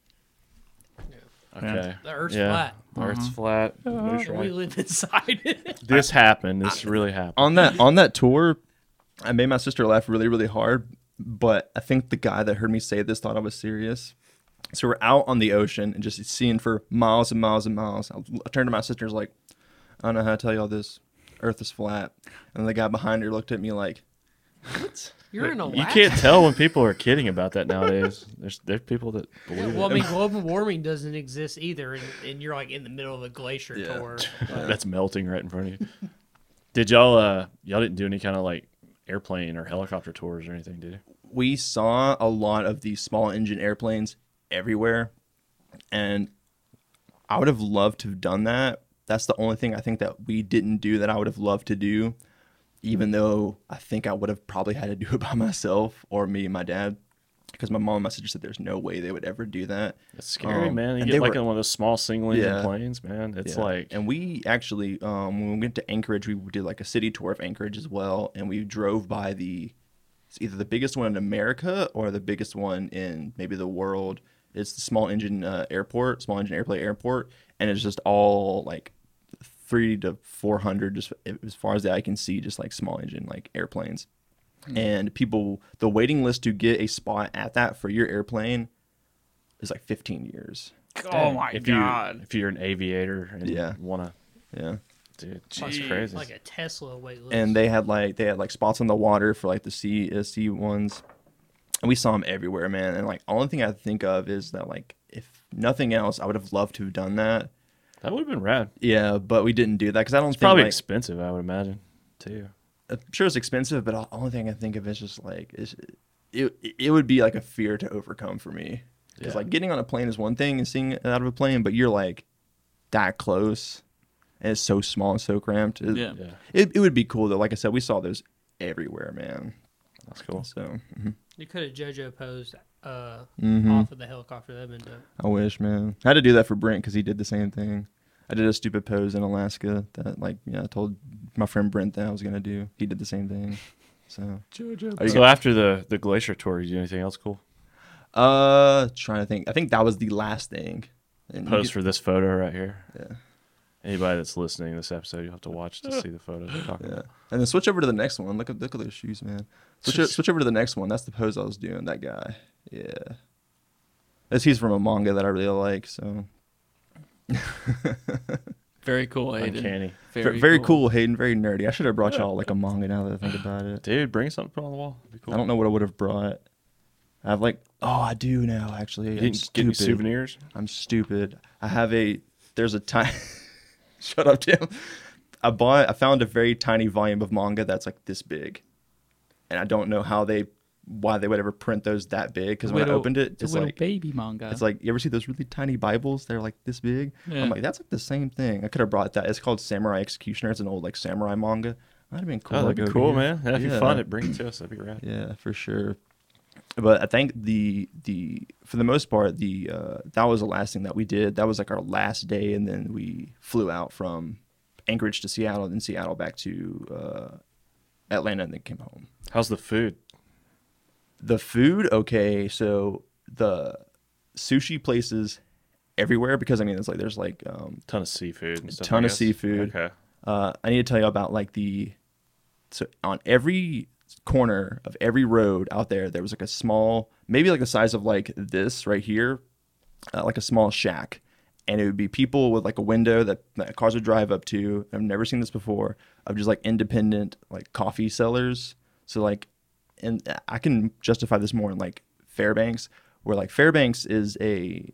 S2: Okay.
S1: The Earth's
S2: yeah.
S1: flat.
S2: The Earth's flat. The moose
S1: And we
S2: right.
S1: live inside [LAUGHS] it.
S2: This happened. This really happened.
S3: on that on that tour, I made my sister laugh really really hard. But I think the guy that heard me say this thought I was serious. So we're out on the ocean and just seeing for miles and miles and miles. I I turned to my sister and was like, I don't know how to tell y'all this. Earth is flat. And the guy behind her looked at me like,
S1: You're in Alaska.
S2: You can't tell
S1: [LAUGHS]
S2: when people are kidding about that nowadays. There's there's people that
S1: Yeah,
S2: believe
S1: well, I
S2: it.
S1: mean, global warming doesn't exist either, and, and you're like in the middle of a glacier
S2: [LAUGHS]
S3: Yeah.
S1: tour.
S2: [LAUGHS] That's melting right in front of you. Did y'all uh y'all didn't do any kind of like airplane or helicopter tours or anything, did you?
S3: we saw a lot of these small engine airplanes everywhere and i would have loved to have done that that's the only thing i think that we didn't do that i would have loved to do even though i think i would have probably had to do it by [LAUGHS] myself or me and my dad because my mom and my sister said there's no way they would ever do that
S2: It's scary,
S3: Um,
S2: man. You
S3: and
S2: get
S3: they
S2: like
S3: were-
S2: in one of those small single engine
S3: Yeah.
S2: planes, man. It's
S3: Yeah.
S2: like
S3: and we actually um when we went to anchorage we did like a city tour of anchorage as well and we drove by the it's either the biggest one in america or the biggest one in maybe the world it's the small engine uh, airport small engine airplane airport and it's just all like three to four hundred just as far as the eye can see just like small engine like airplanes and people the waiting list to get a spot at that for your airplane is like 15 years
S4: Oh my
S2: if
S4: god!
S2: you if you're an aviator and
S3: Yeah.
S2: wanna
S3: yeah
S2: dude,
S1: Like-
S2: it's crazy.
S1: Like a Tesla weight list.
S3: and they had like they had like spots on the water for like the sea uh, sea ones and we saw them everywhere man and like only thing i think of is that like if nothing else i would have loved to have done that
S2: that would have been rad.
S3: yeah but we didn't do that because i don't
S2: It's
S3: think
S2: probably
S3: like,
S2: expensive, I would imagine, too.
S3: i'm sure it's expensive but the only thing i think of is just like is uh, it, it would be like a fear to overcome for me because
S2: Yeah.
S3: like getting on a plane is one thing and seeing it out of a plane but you're like that close and it's so small and so cramped It-
S4: Yeah.
S2: Yeah.
S3: it, it would be cool though like i said we saw those everywhere man
S2: That's cool.
S3: so
S1: you could have JoJo posed uh,
S3: Mhm.
S2: Mm-hmm.
S1: off of the helicopter. That'd been dope.
S3: I wish, man. I had to do that for Brent because he did the same thing. I did a stupid pose in Alaska that, like, you know, I told my friend Brent that I was gonna do. He did the same thing. So, Are you
S2: So after the the glacier tour, you do anything else cool?
S3: uh, trying to think. I think that was the last thing. And you
S2: Post
S3: get-
S2: for this photo right here.
S3: Yeah.
S2: Anybody that's listening to this episode, you'll have to watch to see the photos we're talking
S3: yeah,
S2: [LAUGHS] about.
S3: and then switch over to the next one. Look at look at those shoes, man. Switch o- switch over to the next one. That's the pose I was doing. That guy. Yeah. That's he's from a manga that I really like. So
S4: Very cool, Aiden.
S2: Uncanny.
S3: very, very cool. Hayden. Very nerdy. I should have brought y'all like a manga now that I think about it.
S2: Dude, bring something put on the wall. It'd be cool.
S3: I don't know what I would have brought. I've like, oh, I do now actually.
S2: You
S3: I'm
S2: didn't get any
S3: stupid.
S2: souvenirs?
S3: I'm stupid. I have a. There's a tiny. [LAUGHS] Shut up, Tim. I bought. I found a very tiny volume of manga that's like this big, and I don't know how they, why they would ever print those that big. Because when I opened it, it's like
S4: baby manga.
S3: it's like you ever see those really tiny Bibles? They're like this big.
S4: Yeah.
S3: I'm like, that's like the same thing. I could have brought that. It's called Samurai Executioner. It's an old like samurai manga. That'd have been cool.
S2: Oh, that'd be
S3: Like, over
S2: cool,
S3: here.
S2: man. Yeah, if you
S3: Yeah.
S2: find it, bring it to us. That'd be rad.
S3: Yeah, for sure. But I think the the for the most part the uh, that was the last thing that we did. That was like our last day, and then we flew out from Anchorage to Seattle, then Seattle back to uh, Atlanta, and then came home.
S2: How's the food?
S3: The food, okay, so the sushi places everywhere because I mean it's like there's like um,
S2: Ton of seafood and stuff. I
S3: Ton of
S2: guess.
S3: seafood.
S2: Okay.
S3: uh, I need to tell you about like the so on every corner of every road out there there was like a small maybe like the size of like this right here uh, like a small shack and it would be people with like a window that, that cars would drive up to i've never seen this before of just like independent like coffee sellers so like and i can justify this more in like fairbanks where like fairbanks is a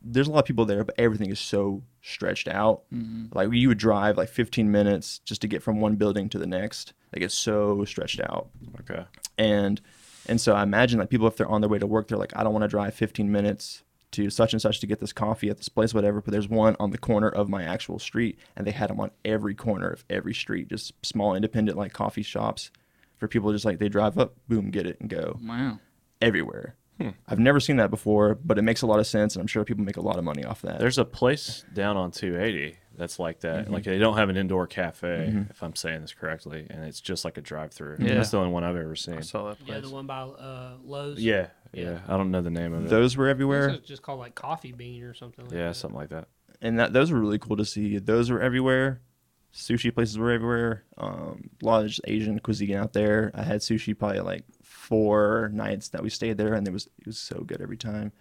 S3: there's a lot of people there but everything is so stretched out like you would drive like 15 minutes just to get from one building to the next like it's so stretched out
S2: Okay.
S3: and and so I imagine like people if they're on their way to work, they're like, I don't want to drive 15 minutes to such and such to get this coffee at this place, whatever. But there's one on the corner of my actual street, and they had them on every corner of every street, just small independent like coffee shops for people just like they drive up, boom, get it and go
S4: wow.
S3: everywhere. I've never seen that before, but it makes a lot of sense, and I'm sure people make a lot of money off that.
S2: There's a place down on 280 that's like that.
S3: Mm-hmm.
S2: Like they don't have an indoor cafe, if I'm saying this correctly, and it's just like a drive-through.
S4: Yeah.
S2: That's the only one I've ever seen.
S4: I saw that
S1: Yeah,
S4: place.
S1: the one by uh, Lowe's.
S2: Yeah, Yeah, I don't know the name of it.
S3: Those were
S1: This
S3: everywhere,
S1: is just called like coffee bean or something. Like
S2: yeah,
S1: that.
S2: something like that.
S3: and that those were really cool to see. Those were everywhere. Sushi places were everywhere. Um, a lot of just Asian cuisine out there. I had sushi probably like four nights that we stayed there, and it was it was so good every time.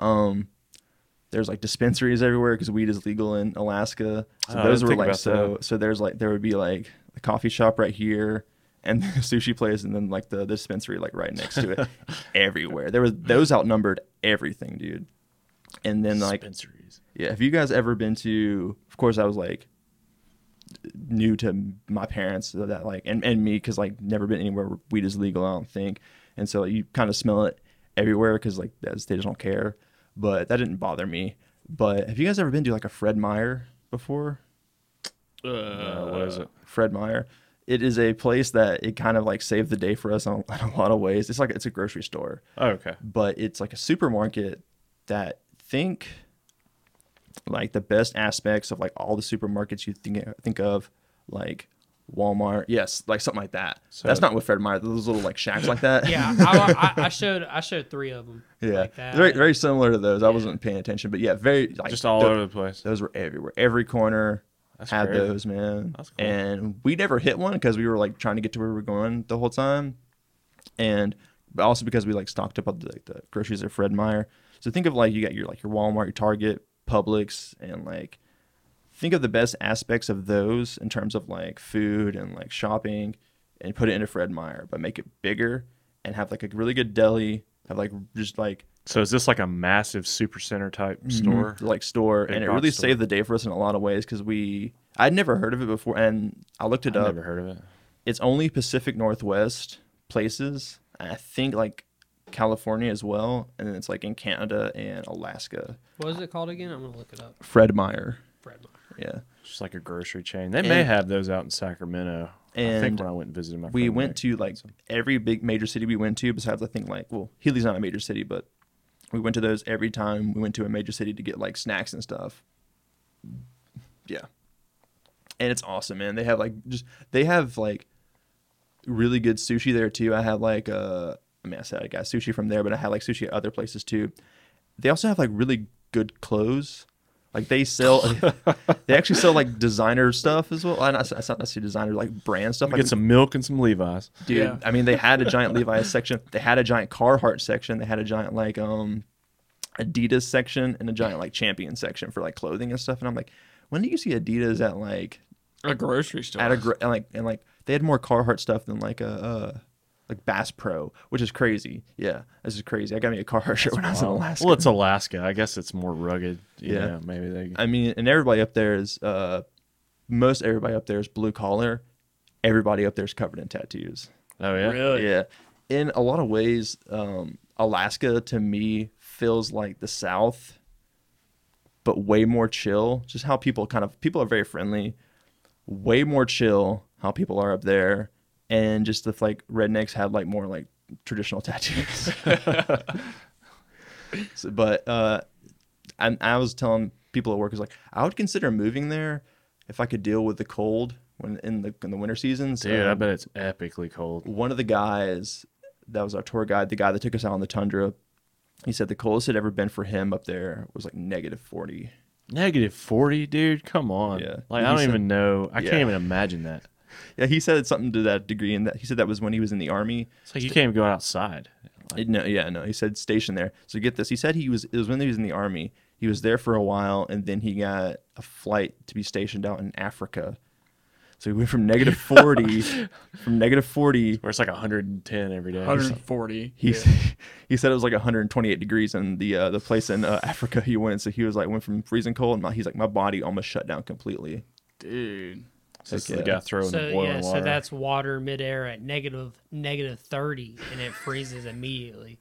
S3: Um, there's like dispensaries everywhere because weed is legal in Alaska. So
S2: Oh, I
S3: those
S2: didn't
S3: were
S2: think
S3: like
S2: about
S3: so. So there's like there would be like a coffee shop right here. And [LAUGHS] the sushi place, and then like the dispensary, like right next to
S2: [LAUGHS]
S3: it, everywhere. There was those outnumbered everything, dude. And then like
S2: Dispensaries.
S3: yeah, have you guys ever been to? Of course, I was like new to my parents so that like and, and me because like never been anywhere where weed is legal. I don't think, and so you kind of smell it everywhere because like that's, they just don't care. But that didn't bother me. But have you guys ever been to like a Fred Meyer before?
S2: Uh, what is it?
S3: Fred Meyer. It is a place that it kind of like saved the day for us on, [LAUGHS] in a lot of ways. It's like it's a grocery store,
S2: Oh, okay.
S3: but it's like a supermarket that think like the best aspects of like all the supermarkets you think think of like Walmart, yes, like something like that.
S2: So-
S3: That's not what Fred Meyer. Those little like shacks like that.
S1: [LAUGHS] Yeah, I, I, I showed I showed three of them.
S3: [LAUGHS] yeah,
S1: like that.
S3: very very similar to those. I wasn't paying attention, but yeah, very like
S2: Just all
S3: tho-
S2: over the place.
S3: Those were everywhere, every corner
S2: That's
S3: had
S2: great.
S3: those, man.
S2: That's cool.
S3: And we never hit one because we were like trying to get to where we were going the whole time, and but also because we like stocked up on the, like, the groceries at Fred Meyer. So think of like you got your like your Walmart, your Target, Publix, and like think of the best aspects of those in terms of like food and like shopping, and put it into Fred Meyer, but make it bigger and have like a really good deli. Have like just like
S2: So is this like a massive supercenter type
S3: Mm-hmm.
S2: store?
S3: like store,
S2: Mm-hmm. Big
S3: and it
S2: box
S3: really
S2: store.
S3: saved the day for us in a lot of ways because we I'd never heard of it before, and I looked it
S2: I've
S3: up.
S2: never heard of it.
S3: It's only Pacific Northwest places, and I think like California as well, and then it's like in Canada and Alaska.
S1: What is it called again? I'm gonna look it up.
S3: Fred Meyer,
S1: Fred Meyer.
S3: yeah.
S2: Just like a grocery chain. They may
S3: And-
S2: have those out in Sacramento. I
S3: and
S2: think when I went and visited my
S3: We
S2: friend
S3: went
S2: there.
S3: to like every big major city we went to, besides I think like well Healy's not a major city, but we went to those every time we went to a major city to get like snacks and stuff. Yeah. And it's awesome, man. They have like just they have like really good sushi there too. I had like uh I mean I said I got sushi from there, but I had like sushi at other places too. They also have like really good clothes. Like they sell, [LAUGHS] they actually sell like designer stuff as well. I not, it's not necessarily designer, like brand stuff.
S2: We
S3: like
S2: get some milk and some Levi's.
S3: dude.
S4: Yeah.
S3: I mean, they had a giant Levi's section. They had a giant Carhartt section. They had a giant like um Adidas section and a giant like Champion section for like clothing and stuff. And I'm like, when do you see Adidas at like
S4: A grocery store.
S3: at a gr- and like and like they had more Carhartt stuff than like a uh, like Bass Pro, which is crazy. Yeah, this is crazy. I got me a Carhartt shirt when I was in Alaska.
S2: Well, it's Alaska. I guess it's more rugged. You
S3: Yeah.
S2: yeah, know, maybe they.
S3: I mean, and everybody up there is uh most everybody up there is blue collar. Everybody up there is covered in tattoos.
S2: oh yeah.
S4: Really?
S3: Yeah. In a lot of ways, um, Alaska to me feels like the South, but way more chill. Just how people kind of people are very friendly, way more chill. How people are up there, and just the like rednecks had like more like traditional [LAUGHS] tattoos. so, but uh, I, I was telling people at work, I was like, I would consider moving there if I could deal with the cold when in the in the winter seasons.
S2: Dude, I
S3: Um,
S2: bet it's epically cold.
S3: one of the guys that was our tour guide, the guy that took us out on the tundra, he said the coldest it had ever been for him up there was like negative 40.
S2: Negative forty, dude. Come on.
S3: Yeah.
S2: Like
S3: He
S2: I don't
S3: said-
S2: even know. I
S3: Yeah.
S2: can't even imagine that.
S3: Yeah, he said something to that degree, and that he said that was when he was in the army.
S2: It's like you can't even go outside.
S3: It- no, yeah, no, he said stationed there. So get this, he said he was it was when he was in the army. He was there for a while, and then he got a flight to be stationed out in Africa. So he went from negative 40, from negative 40
S2: Where it's like 110 every day.
S4: 140.
S3: he he said [LAUGHS] it was like 128 degrees in the uh, the place in uh, [LAUGHS] Africa he went. So he was like went from freezing cold, and my, he's like my body almost shut down completely.
S4: Dude.
S2: So this
S3: Heck
S2: is the
S3: yeah.
S2: guy throwing
S1: So
S2: the boiling
S1: yeah,
S2: water.
S1: so that's water midair at negative negative thirty, and it freezes immediately.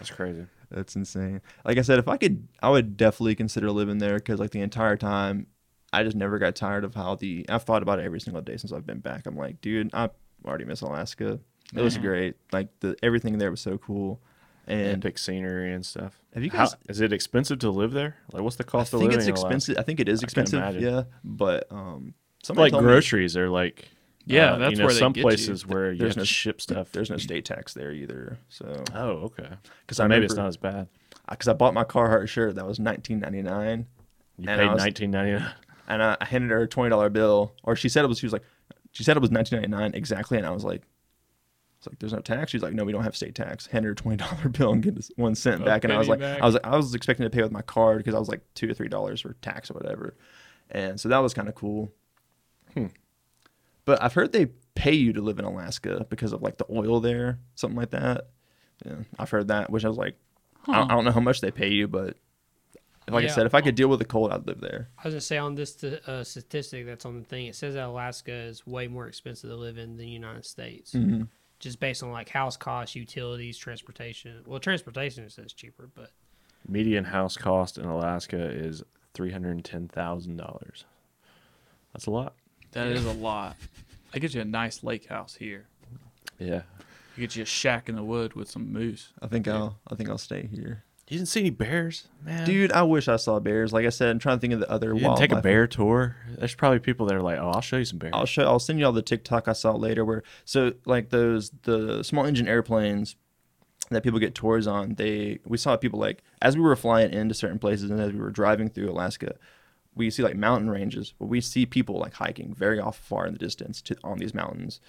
S2: That's crazy.
S3: That's insane. Like I said, if I could, I would definitely consider living there because like the entire time, I just never got tired of how the. I've thought about it every single day since I've been back. I'm like, dude, I already miss Alaska. It was great. Like the everything there was so cool. And
S2: Epic scenery and stuff.
S3: Have you
S2: How-
S3: guys-
S2: is it expensive to live there? Like, what's the
S3: I
S2: cost of
S3: think
S2: living?
S3: it's
S2: in Alaska?
S3: expensive. I think it is
S2: I can
S3: expensive.
S2: imagine.
S3: Yeah, but um, somebody
S2: Like
S3: told me-
S2: groceries are like
S4: Yeah,
S2: Uh,
S4: that's
S2: you know,
S4: where they
S2: some
S4: get you.
S2: places where you
S3: There's
S2: have
S3: no-
S2: to ship stuff.
S3: [LAUGHS] There's no state tax there either. So
S2: Oh, okay.
S3: because
S2: So
S3: I
S2: maybe it's not
S3: remember-
S2: as bad.
S3: because I bought my Carhartt shirt that was 19.99,
S2: You
S3: And I
S2: paid
S3: was-
S2: nineteen ninety nine.
S3: and I I handed her a twenty dollar bill, or she said it was. She was like, she said it was 19.99 exactly, and I was like, it's like there's no tax. She's like, no, we don't have state tax. Handed her a twenty dollar [LAUGHS] bill and get this one cent back, and I was
S4: penny
S3: like,
S4: back.
S3: I was like, I was expecting to pay with my card because I was like two or three dollars for tax or whatever, and so that was kind of cool. But I've heard they pay you to live in Alaska because of like the oil there, something like that. Yeah, I've heard that, which I was like, I, I don't know how much they pay you, but like I
S1: Yeah.
S3: said, if I could deal with the cold, I'd live there.
S1: I was gonna say on this t- uh, statistic that's on the thing, it says that Alaska is way more expensive to live in than the United States,
S3: Mm-hmm.
S1: just based on like house costs, utilities, transportation. Well, transportation it says cheaper, but
S2: Median house cost in Alaska is three hundred ten thousand dollars. That's a lot.
S4: That is a lot. I get you a nice lake house here.
S2: Yeah.
S4: I get you a shack in the wood with some moose.
S3: I think I'll I think I'll stay here.
S2: You didn't see any bears, man.
S3: Dude, I wish I saw bears. Like I said, I'm trying to think of the other
S2: you didn't
S3: wildlife.
S2: take a bear tour. There's probably people that are like, "Oh, I'll show you some bears."
S3: I'll show I'll send you all the TikTok I saw later where so like those the small engine airplanes that people get tours on, they we saw people like as we were flying into certain places and as we were driving through Alaska, we see like mountain ranges, but we see people like hiking very off far in the distance to on these mountains.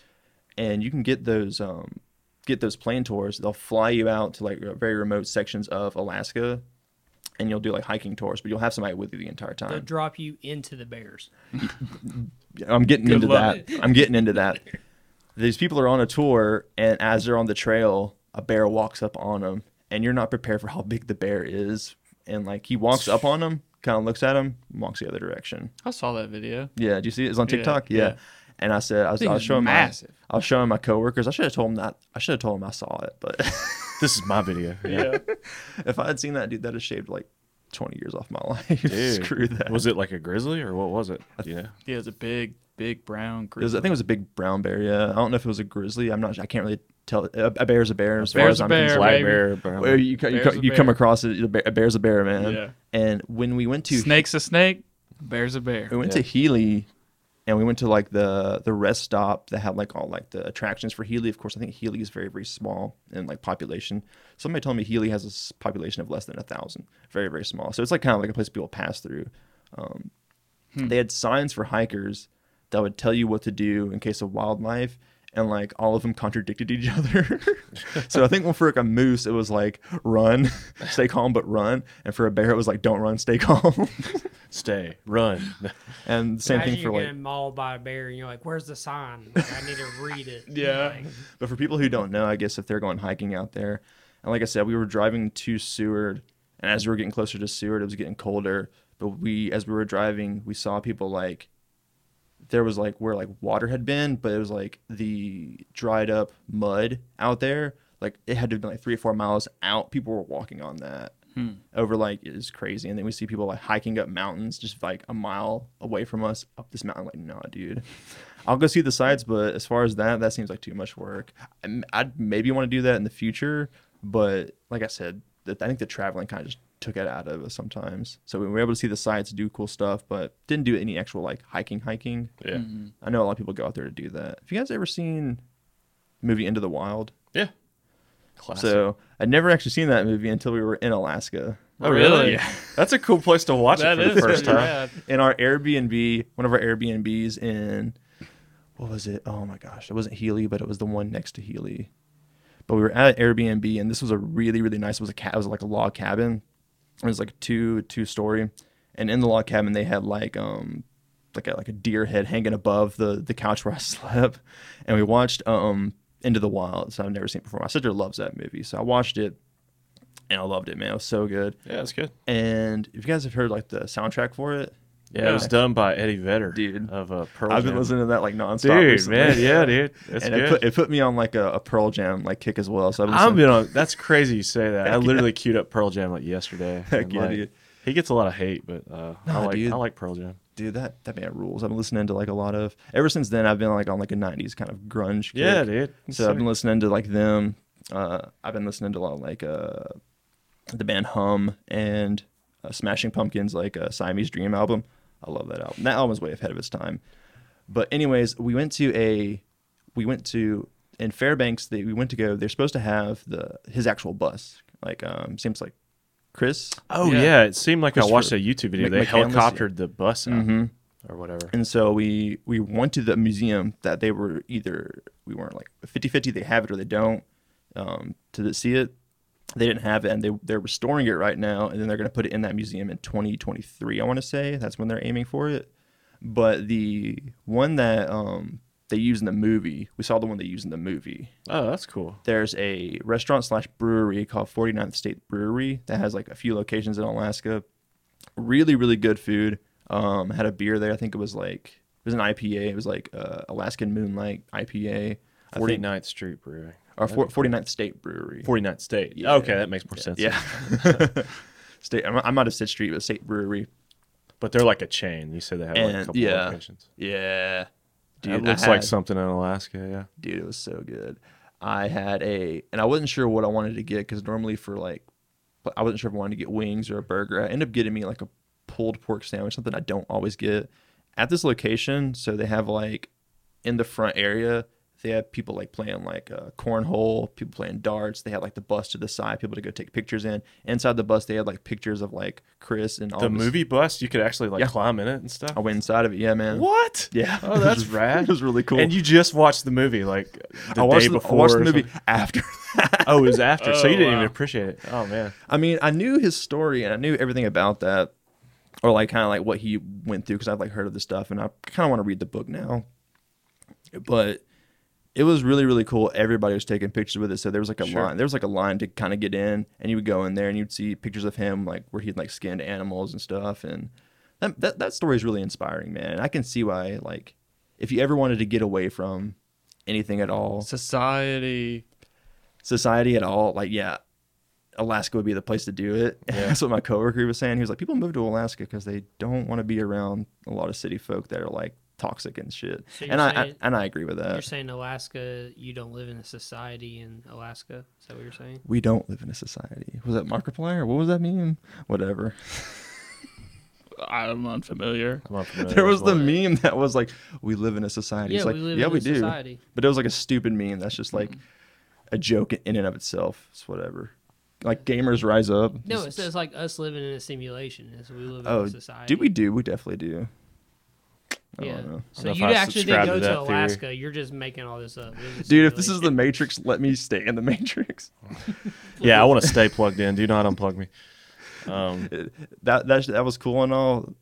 S3: And you can get those um get those plane tours. They'll fly you out to like very remote sections of Alaska and you'll do like hiking tours, but you'll have somebody with you the entire time.
S1: they'll drop you into the bears.
S3: I'm getting
S4: Good
S3: into
S4: luck.
S3: that. I'm getting into that. These people are on a tour, and as they're on the trail, a bear walks up on them, and you're not prepared for how big the bear is. And like he walks up on them, kind of looks at him, walks the other direction.
S4: I saw that video.
S3: Yeah, did you see it? It's on
S4: Yeah,
S3: TikTok. Yeah.
S4: yeah.
S3: And I said, I was,
S4: Thing
S3: I was
S4: is
S3: showing my,
S4: massive.
S3: I was showing my coworkers. I should have told them that. I should have told them I saw it. But [LAUGHS]
S2: This is my video. [LAUGHS] Yeah.
S3: if I had seen that dude, that'd have shaved like 20 years off my [LAUGHS] life.
S2: Dude,
S3: Screw that.
S2: Was it like a grizzly or what was it? Do You know.
S4: Yeah, it was a big, big brown
S3: It was- I
S4: grizzly.
S3: think it was a big brown bear. Yeah, I don't know if it was a grizzly. I'm not. I can't really tell. A, a bear's a bear. As far
S4: bear's
S3: as
S4: a
S3: I'm
S4: bear,
S3: concerned.
S2: Black
S4: baby.
S2: bear. brown
S3: Well,
S2: bear.
S3: you co- you, co-
S4: Bear's a
S3: you come
S4: bear.
S3: across it. the bear- A bear's a bear, man.
S4: Yeah.
S3: And when we went to
S4: Snake's a snake. Bear's a bear.
S3: we went
S2: Yeah.
S3: to Healy, and we went to like the the rest stop that had like all like the attractions for Healy. Of course, I think Healy is very very small in like population. Somebody told me Healy has a s- population of less than a thousand. Very very small. So it's like kind of like a place people pass through. Um, They had signs for hikers that would tell you what to do in case of wildlife. And like all of them contradicted each [LAUGHS] other. so I think well, for like a moose, it was like run, [LAUGHS] stay calm, but run. And for a bear, it was like don't run, stay [LAUGHS] calm.
S2: Stay. [LAUGHS] Run.
S3: and same
S1: Imagine
S3: thing for
S1: you're
S3: like
S1: getting mauled by a bear, and you're like, "Where's the sign? Like, I need to
S3: [LAUGHS]
S1: read it."
S4: Yeah.
S1: Like,
S3: But for people who don't know, I guess if they're going hiking out there, and like I said, we were driving to Seward, and as we were getting closer to Seward, it was getting colder. But we, as we were driving, we saw people like there was like where like water had been, but it was like the dried up mud out there. Like it had to have been like three or four miles out. People were walking on that over like it is crazy. And then we see people like hiking up mountains just like a mile away from us up this mountain. Like, nah, dude. I'll go see the sites, but as far as that, that seems like too much work. I'm- I'd maybe want to do that in the future, but like I said, that I think the traveling kind of just took it out of us sometimes. So we were able to see the sites, do cool stuff, but didn't do any actual like hiking, hiking.
S2: Yeah.
S3: I know a lot of people go out there to do that. Have you guys ever seen the movie Into the Wild?
S2: Yeah. Classic.
S3: So I'd never actually seen that movie until we were in Alaska.
S2: Oh, really?
S4: Yeah.
S2: That's a cool place to watch
S4: That
S2: it for
S4: is
S2: the first
S4: pretty
S2: time.
S4: rad.
S3: in our Airbnb, one of our Airbnbs in what was it? Oh my gosh, it wasn't Healy, but it was the one next to Healy. But we were at Airbnb, and this was a really really nice. It was a cat. It was like a log cabin. It was like a two two story, and in the log cabin they had like um like a like a deer head hanging above the the couch where I [LAUGHS] slept, and we watched um Into the Wild. So I've never seen it before. My sister loves that movie, so I watched it, and I loved it, man. It was so good.
S2: Yeah, it's good.
S3: And if you guys have heard like the soundtrack for it,
S2: Yeah,
S4: Yeah.
S2: it was done by Eddie Vedder,
S3: Dude.
S2: of uh, Pearl.
S3: I've been
S2: Jam.
S3: listening to that like nonstop.
S2: dude,
S3: recently.
S2: man. Yeah, [LAUGHS] dude, that's
S3: and it
S2: good.
S3: put, it put me on like a, a Pearl Jam like kick as well. So I've been
S2: I've
S3: listening-
S2: been on. That's crazy you say
S3: [LAUGHS]
S2: that. I literally queued up Pearl Jam like yesterday. and,
S3: yeah,
S2: like,
S3: dude.
S2: He gets a lot of hate, but uh, I
S3: Nah,
S2: like
S3: dude.
S2: I like Pearl Jam.
S3: dude that that band rules. I've been listening to like a lot of ever since then. I've been like on like a '90s kind of grunge. Kick.
S2: Yeah, dude.
S3: So I've been listening to like them. Uh, I've been listening to a lot of like uh, the band Hum and uh, Smashing Pumpkins, like uh, Siamese Dream album. I love that album. That album's way ahead of its time. But anyways, we went to a we went to in Fairbanks. They, we went to go. They're supposed to have the his actual bus. Like um, seems like Chris.
S2: Oh yeah,
S4: Yeah.
S2: it seemed like I
S3: Christopher
S2: watched a YouTube video.
S3: Mc- Mm-hmm.
S2: they
S3: McCandless, yeah.
S2: helicoptered the bus out or whatever.
S3: And so we we went to the museum that they were either we weren't like 50-50, they have it or they don't. Um, to see it, they didn't have it, and they they're restoring it right now, and then they're going to put it in that museum in twenty twenty three. I want to say that's when they're aiming for it. But the one that um, they use in the movie, we saw the one they use in the movie.
S2: Oh, that's cool.
S3: There's a restaurant slash brewery called 49th State Brewery that has like a few locations in Alaska. Really, really good food. Um, had a beer there. I think it was like it was an IPA. It was like uh, Alaskan Moonlight IPA. I think-
S2: 49th Street Brewing.
S3: or for, 49th State Brewery.
S2: 49th State.
S3: Yeah.
S2: Okay, that makes more sense.
S3: yeah. [LAUGHS] State. I'm, I'm out of State Street, but State Brewery.
S2: But they're like a chain. You said they have like a
S3: And-
S2: couple
S3: yeah.
S2: locations.
S3: Yeah.
S2: It
S3: Dude, I
S2: looks like
S3: had-
S2: something in Alaska. Yeah.
S3: dude, it was so good. I had a, and I wasn't sure what I wanted to get because normally for like, but I wasn't sure if I wanted to get wings or a burger. I ended up getting me like a pulled pork sandwich, something I don't always get at this location. So they have like in the front area, they have people like playing like uh, cornhole, people playing darts. They had like the bus to the side, people to go take pictures in. Inside the bus, they had like pictures of like Chris and all
S2: The
S3: this-
S2: movie bus, you could actually like
S3: Yeah.
S2: climb in it and stuff.
S3: I went inside of it. Yeah, man.
S2: What?
S3: Yeah.
S2: Oh, [LAUGHS] that's
S3: It was-
S2: rad.
S3: It was really cool.
S2: And you just watched the movie like the
S3: I watched
S2: day
S3: the,
S2: before.
S3: I watched
S2: or
S3: the movie
S2: something.
S3: after [LAUGHS] that.
S2: [LAUGHS] Oh, it was after, so you
S4: Oh,
S2: didn't
S4: wow.
S2: even appreciate it. Oh man.
S3: I mean, I knew his story and I knew everything about that, or like kind of like what he went through because I've like heard of this stuff and I kind of want to read the book now. But it was really really cool. Everybody was taking pictures with it, so there was like a
S2: Sure.
S3: line. There was like a line to kind of get in, and you would go in there and you'd see pictures of him like where he'd like skinned animals and stuff. And that that, that story is really inspiring, man. And I can see why like if you ever wanted to get away from anything at all,
S4: Society.
S3: society at all, like yeah, Alaska would be the place to do it. [LAUGHS] That's what my coworker was saying. He was like, people move to Alaska because they don't want to be around a lot of city folk that are like toxic and shit.
S1: So you're
S3: and I, I
S1: saying-
S3: and I agree with
S1: You're
S3: that.
S1: saying Alaska, you don't live in a society in Alaska. Is that what you're saying?
S3: We don't live in a society. Was that Markiplier? What was that meme?
S1: [LAUGHS]
S3: Whatever.
S4: I'm unfamiliar.
S2: I'm unfamiliar
S3: There
S2: with
S3: was the
S2: what-
S3: meme that was like, we live in a society. it's like, yeah, we do.
S1: society. Mm-hmm.
S3: But it was like a stupid meme that's just like a joke in and of itself. It's whatever. Like gamers rise up.
S1: No,
S3: Just-
S1: it's, it's like us living in a simulation. It's we live
S3: Oh,
S1: in a society.
S3: do we do? We definitely do. I
S1: Yeah.
S3: don't know.
S1: So
S2: know if
S1: you
S2: I
S1: actually
S2: subscribe
S1: didn't
S2: to
S1: go
S2: that
S1: to
S2: theory.
S1: Alaska. You're just making all this up. This
S3: Dude, if this is the
S1: simulation.
S3: Matrix, let me stay in the Matrix.
S2: Yeah, I want to stay plugged in. Do not unplug me. [LAUGHS] Um,
S3: That that that was cool and all.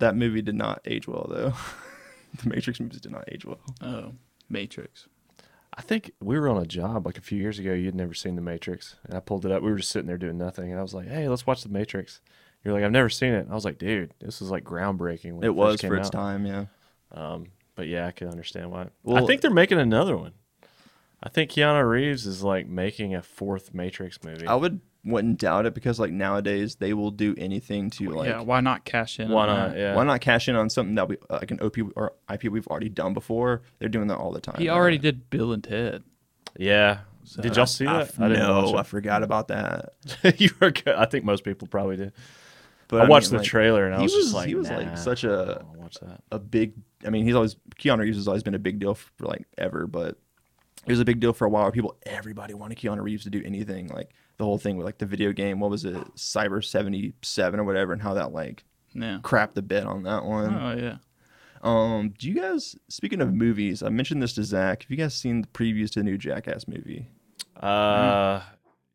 S3: That movie did not age well though. [LAUGHS] the Matrix movies did not age well.
S4: Oh, Matrix.
S2: I think we were on a job like a few years ago. You'd never seen The Matrix, and I pulled it up. We were just sitting there doing nothing, and I was like, "Hey, let's watch The Matrix." You're like, "I've never seen it." And I was like, "Dude, this was like groundbreaking." When it,
S3: It was
S2: first came
S3: for its
S2: out."
S3: time, yeah.
S2: But yeah, I can understand why. I
S3: Well-
S2: think they're making another one. I think Keanu Reeves is like making a fourth Matrix movie.
S3: I would wouldn't doubt it because like nowadays they will do anything to like
S4: yeah, why not cash in?
S2: why
S4: on
S2: not?
S4: that?
S2: Yeah.
S3: why not cash in on something that we like an OP or IP we've already done before? They're doing that all the time.
S4: He
S3: now.
S4: already did Bill and Ted.
S2: Yeah. did y'all see
S3: I,
S2: that?
S3: I no, I
S2: watch
S3: forgot about that.
S2: it. [LAUGHS] you were good. I think most people probably did.
S3: But
S2: I watched
S3: mean,
S2: the
S3: like,
S2: trailer and I
S3: he
S2: was, just like,
S3: he was
S2: nah,
S3: like such a
S2: I'll watch that.
S3: a big. I mean, he's always Keanu Reeves has always been a big deal for like ever, but it was a big deal for a while. Where people, everybody wanted Keanu Reeves to do anything. Like the whole thing with like the video game. What was it, Cyber seventy seven or whatever, and how that like
S4: Yeah.
S3: crapped the bed on that one.
S4: Oh yeah.
S3: Um, do you guys? Speaking of movies, I mentioned this to Zach. Have you guys seen the previews to the new Jackass movie?
S2: Uh,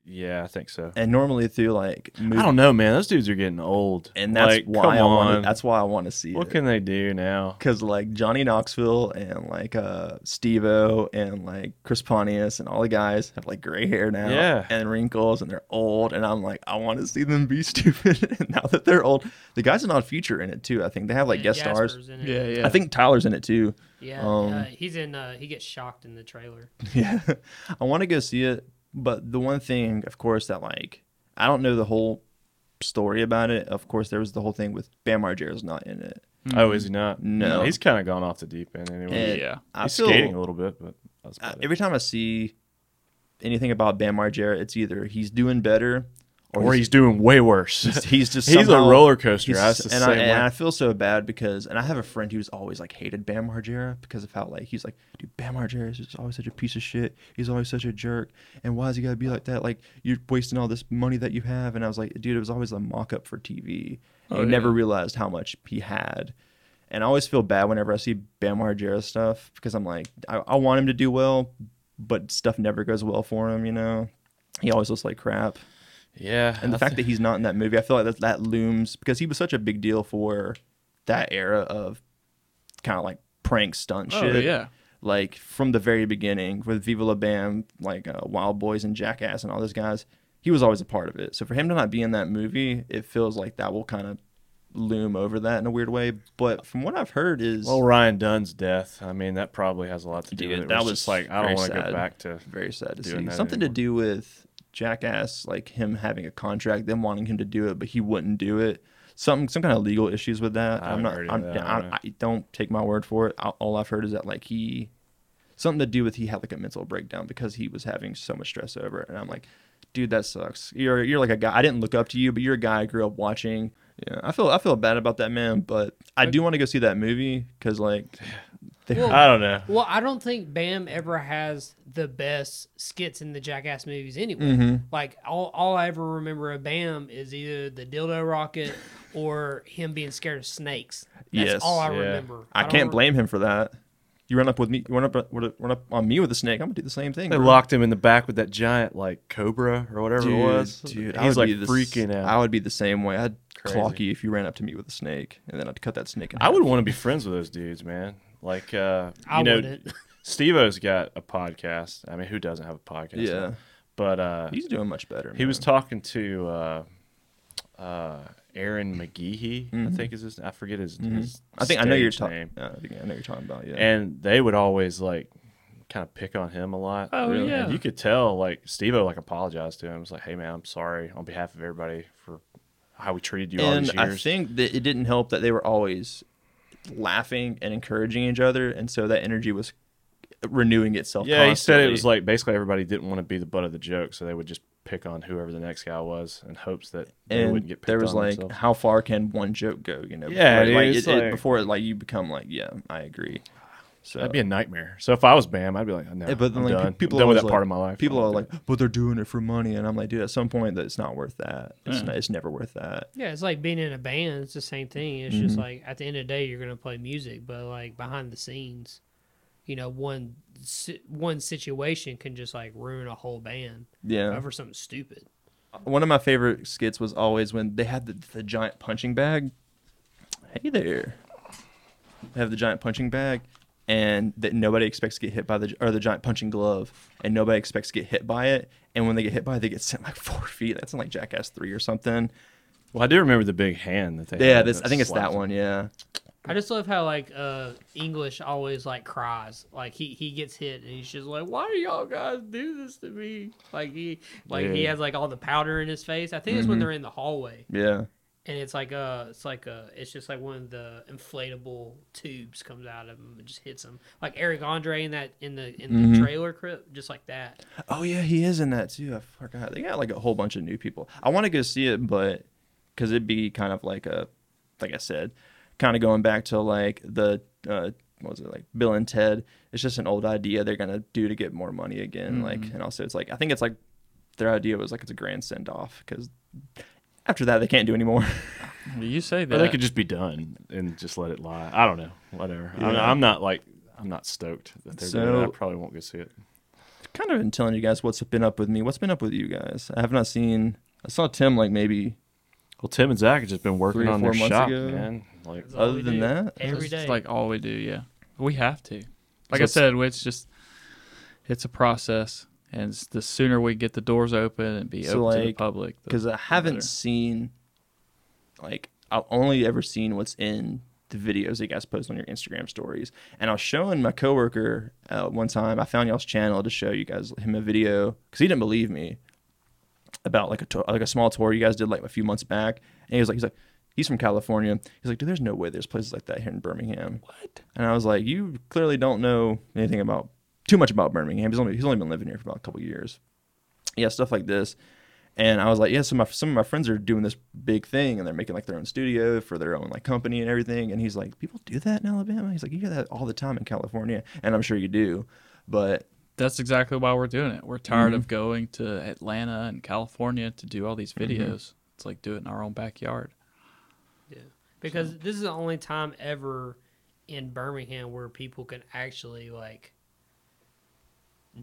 S2: yeah, I think so.
S3: And normally through like movie,
S2: I don't know, man. Those dudes are getting old,
S3: and that's
S2: Like,
S3: why
S2: come
S3: I
S2: on.
S3: want. That's why I want to see
S2: what
S3: it.
S2: can they do now?
S3: because like Johnny Knoxville and like uh Steve-O and like Chris Pontius and all the guys have like gray hair now
S2: Yeah.
S3: and wrinkles and they're old and I'm like I want to see them be [LAUGHS] stupid and now that they're old the guys in Odd Future in it too I think they have like
S1: And
S3: guest stars
S1: Mm, Jasper's in it.
S4: Yeah, yeah.
S3: I think Tyler's in it too [LAUGHS]
S1: Yeah,
S3: Um,
S1: uh, he's in. Uh, he gets shocked in the trailer.
S3: yeah I want to go see it but the one thing of course that like I don't know the whole story about it of course there was the whole thing with Bam Margera's not in it
S2: Oh, is he not?
S3: Mm-hmm. No.
S2: he's kind of gone off the deep end anyway.
S3: And
S4: Yeah.
S3: I
S2: Oh, he's
S3: feel-
S2: skating a little bit, but that's
S3: uh,
S2: about it.
S3: every time I see anything about Bam Margera, it's either he's doing better
S2: or he's doing way worse. [LAUGHS]
S3: He's- [LAUGHS] he's just
S2: he's
S3: somehow-
S2: a roller coaster.
S3: he's
S2: That's
S3: just-
S2: the
S3: and
S2: same
S3: I, and
S2: way.
S3: I feel so bad because, and I have a friend who's always like hated Bam Margera because of how like he's like, dude, Bam Margera is just always such a piece of shit. He's always such a jerk. And why is he gotta be like that? Like you're wasting all this money that you have. And I was like, dude, it was always a mock up for TV. I
S4: Oh, yeah.
S3: never realized how much he had. And I always feel bad whenever I see Bam Margera stuff because I'm like, I, I want him to do well, but stuff never goes well for him. You know, he always looks like crap
S2: yeah,
S3: and the
S2: I
S3: fact that he's not in that movie, I feel like that that looms because he was such a big deal for that era of kind of like prank stunt
S4: Oh,
S3: shit.
S4: yeah.
S3: like from the very beginning with Viva La Bam, like uh, Wild Boys and Jackass and all those guys, he was always a part of it. So for him to not be in that movie, it feels like that will kind of loom over that in a weird way. But from what I've heard, is
S2: Well, Ryan Dunn's death. I mean, that probably has a lot to do
S3: Dude,
S2: with it.
S3: that
S2: That was
S3: was
S2: just like I
S3: very
S2: don't want to
S3: sad.
S2: go back to.
S3: very sad to see
S2: doing that
S3: something to
S2: anymore.
S3: do with jackass like him having a contract them wanting him to do it but he wouldn't do it some some kind of legal issues with that
S2: I haven't
S3: i'm not
S2: heard of
S3: I'm,
S2: that,
S3: I,
S2: I
S3: I,
S2: don't
S3: don't take my word for it I, all i've heard is that like he something to do with he had like a mental breakdown because he was having so much stress over it and i'm like dude that sucks you're you're like a guy i didn't look up to you but you're a guy i grew up watching yeah i feel i feel bad about that man but i do want to go see that movie
S2: [SIGHS]
S3: because like
S1: Well,
S2: I don't know.
S1: Well, I don't think Bam ever has the best skits in the Jackass movies anyway.
S3: Mm-hmm.
S1: Like all, all I ever remember of Bam is either the dildo rocket or him being scared of snakes. That's
S3: Yes.
S1: all I
S2: Yeah.
S1: remember.
S3: I
S1: don't
S3: can't
S1: re-
S3: blame him for that. You run up with me, you run up, run up on me with a snake. I'm gonna do the same thing.
S2: They
S3: bro.
S2: locked him in the back with that giant like cobra or whatever it was.
S3: dude. I
S2: he's
S3: would
S2: like
S3: be the s-
S2: freaking out.
S3: I would be the same way. I'd
S2: Crazy.
S3: clock you if you ran up to me with a snake, and then I'd cut that snake. In
S2: I
S3: half.
S2: would want to be friends with those dudes, man. Like, uh, you
S1: I
S2: know,
S1: wouldn't. [LAUGHS]
S2: Steve-O's got a podcast. I mean, who doesn't have a podcast?
S3: Yeah,
S2: But uh,
S3: he's doing much better.
S2: he was
S3: man.
S2: talking to uh, uh, Aaron McGeehee, I think is his. I forget his. his
S3: Mm-hmm. I think I know you're
S2: stage
S3: talking.
S2: name.
S3: I think I know you're talking about. Yeah.
S2: And they would always like kind of pick on him a lot.
S4: Oh,
S2: Really?
S4: yeah.
S2: And you could tell like Steve-O like apologized to him. was like, hey man, I'm sorry on behalf of everybody for how we treated you all
S3: and
S2: these
S3: I
S2: years.
S3: think that it didn't help that they were always laughing and encouraging each other, and so that energy was renewing itself.
S2: Yeah, he said it
S3: constantly.
S2: was like basically everybody didn't want to be the butt of the joke, so they would just pick on whoever the next guy was in hopes that they
S3: and
S2: wouldn't get picked
S3: there was
S2: on
S3: like
S2: themselves.
S3: how far can one joke go you know
S2: Yeah,
S3: before,
S2: dude,
S3: like,
S2: it's
S3: it- it-
S2: like-
S3: before it, like you become like yeah i agree so
S2: that'd be a nightmare. So if I was Bam, I'd be like, no,
S3: Yeah, but then,
S2: I'm
S3: like, pe-
S2: done. I'm
S3: people
S2: done
S3: are
S2: with that
S3: always,
S2: part
S3: like-
S2: of my life.
S3: people
S2: I'm
S3: are
S2: done.
S3: like but they're doing it for money and i'm like dude at some point that's not worth that it's, not, it's never worth that
S1: Yeah, it's like being in a band. It's the same thing. It's
S3: Mm-hmm.
S1: just like at the end of the day, you're gonna play music, but like behind the scenes, you know, one si- one situation can just like ruin a whole band
S3: yeah
S1: over something stupid.
S3: one of my favorite skits was always when they had the, the giant punching bag hey there they have the giant punching bag and that nobody expects to get hit by the or the giant punching glove and nobody expects to get hit by it and when they get hit by it they get sent like four feet that's in like jackass 3 or something
S2: well, I do remember the big hand that they.
S3: yeah
S2: had
S3: this i think it's that
S2: slapped
S3: one yeah
S1: I just love how like uh English always like cries. Like he he gets hit and he's just like, "Why do y'all guys do this to me?" Like he like he
S2: Yeah.
S1: has like all the powder in his face. I think
S3: Mm-hmm.
S1: it's when they're in the hallway
S3: yeah
S1: and it's like uh it's like uh it's just like one of the inflatable tubes comes out of him and just hits him. Like Eric Andre in that in the in
S3: Mm-hmm.
S1: the trailer crib, just like that.
S3: oh yeah he is in that too i forgot they got like a whole bunch of new people i want to go see it but because it'd be kind of like a like i said kind of going back to like the uh what was it like bill and ted it's just an old idea they're gonna do to get more money again like and also it's like i think it's like their idea was like it's a grand send-off because after that they can't do anymore [LAUGHS]
S4: You say that.
S2: Or they could just be done and just let it lie. I don't know. Whatever. I'm,
S3: Yeah.
S2: I'm not like I'm not stoked that they're doing it. I
S3: So-
S2: probably won't go see it.
S3: kind of been telling you guys what's been up with me what's been up with you guys i have not seen i saw tim like maybe
S2: Well, Tim and Zach have just been working
S3: Three or
S2: on their
S3: four months
S2: shop,
S3: ago.
S2: man. Like,
S1: That's all
S3: Other
S1: we
S3: than
S1: do
S3: that,
S1: every
S4: That's
S1: day,
S4: like all we do. Yeah, we have to. Like
S3: So
S4: I
S3: it's-
S4: said, it's just it's a process, and it's the sooner we get the doors open and be
S3: So,
S4: open to the
S3: like, uh,
S4: public, the-
S3: because I haven't
S4: better.
S3: seen, like, I've only ever seen what's in the videos that you guys post on your Instagram stories. And I was showing my coworker uh, one time. I found y'all's channel to show you guys him a video because he didn't believe me about like a tour, like a small tour you guys did like a few months back. And he was like, he's like, he's from California. He's like, dude, there's no way there's places like that here in Birmingham. What? And I was like, you clearly don't know anything about too much about Birmingham. He's only he's only been living here for about a couple years. Yeah, stuff like this. And I was like, yeah, so my, some of my friends are doing this big thing and they're making like their own studio for their own like company and everything. And he's like, people do that in Alabama? He's like, you hear that all the time in California. And I'm sure you do. But
S4: That's exactly why we're doing it. We're tired
S3: Mm-hmm.
S4: of going to Atlanta and California to do all these
S3: Mm-hmm.
S4: videos. It's like do it in our own backyard.
S1: Yeah. Because this is the only time ever in Birmingham where people can actually like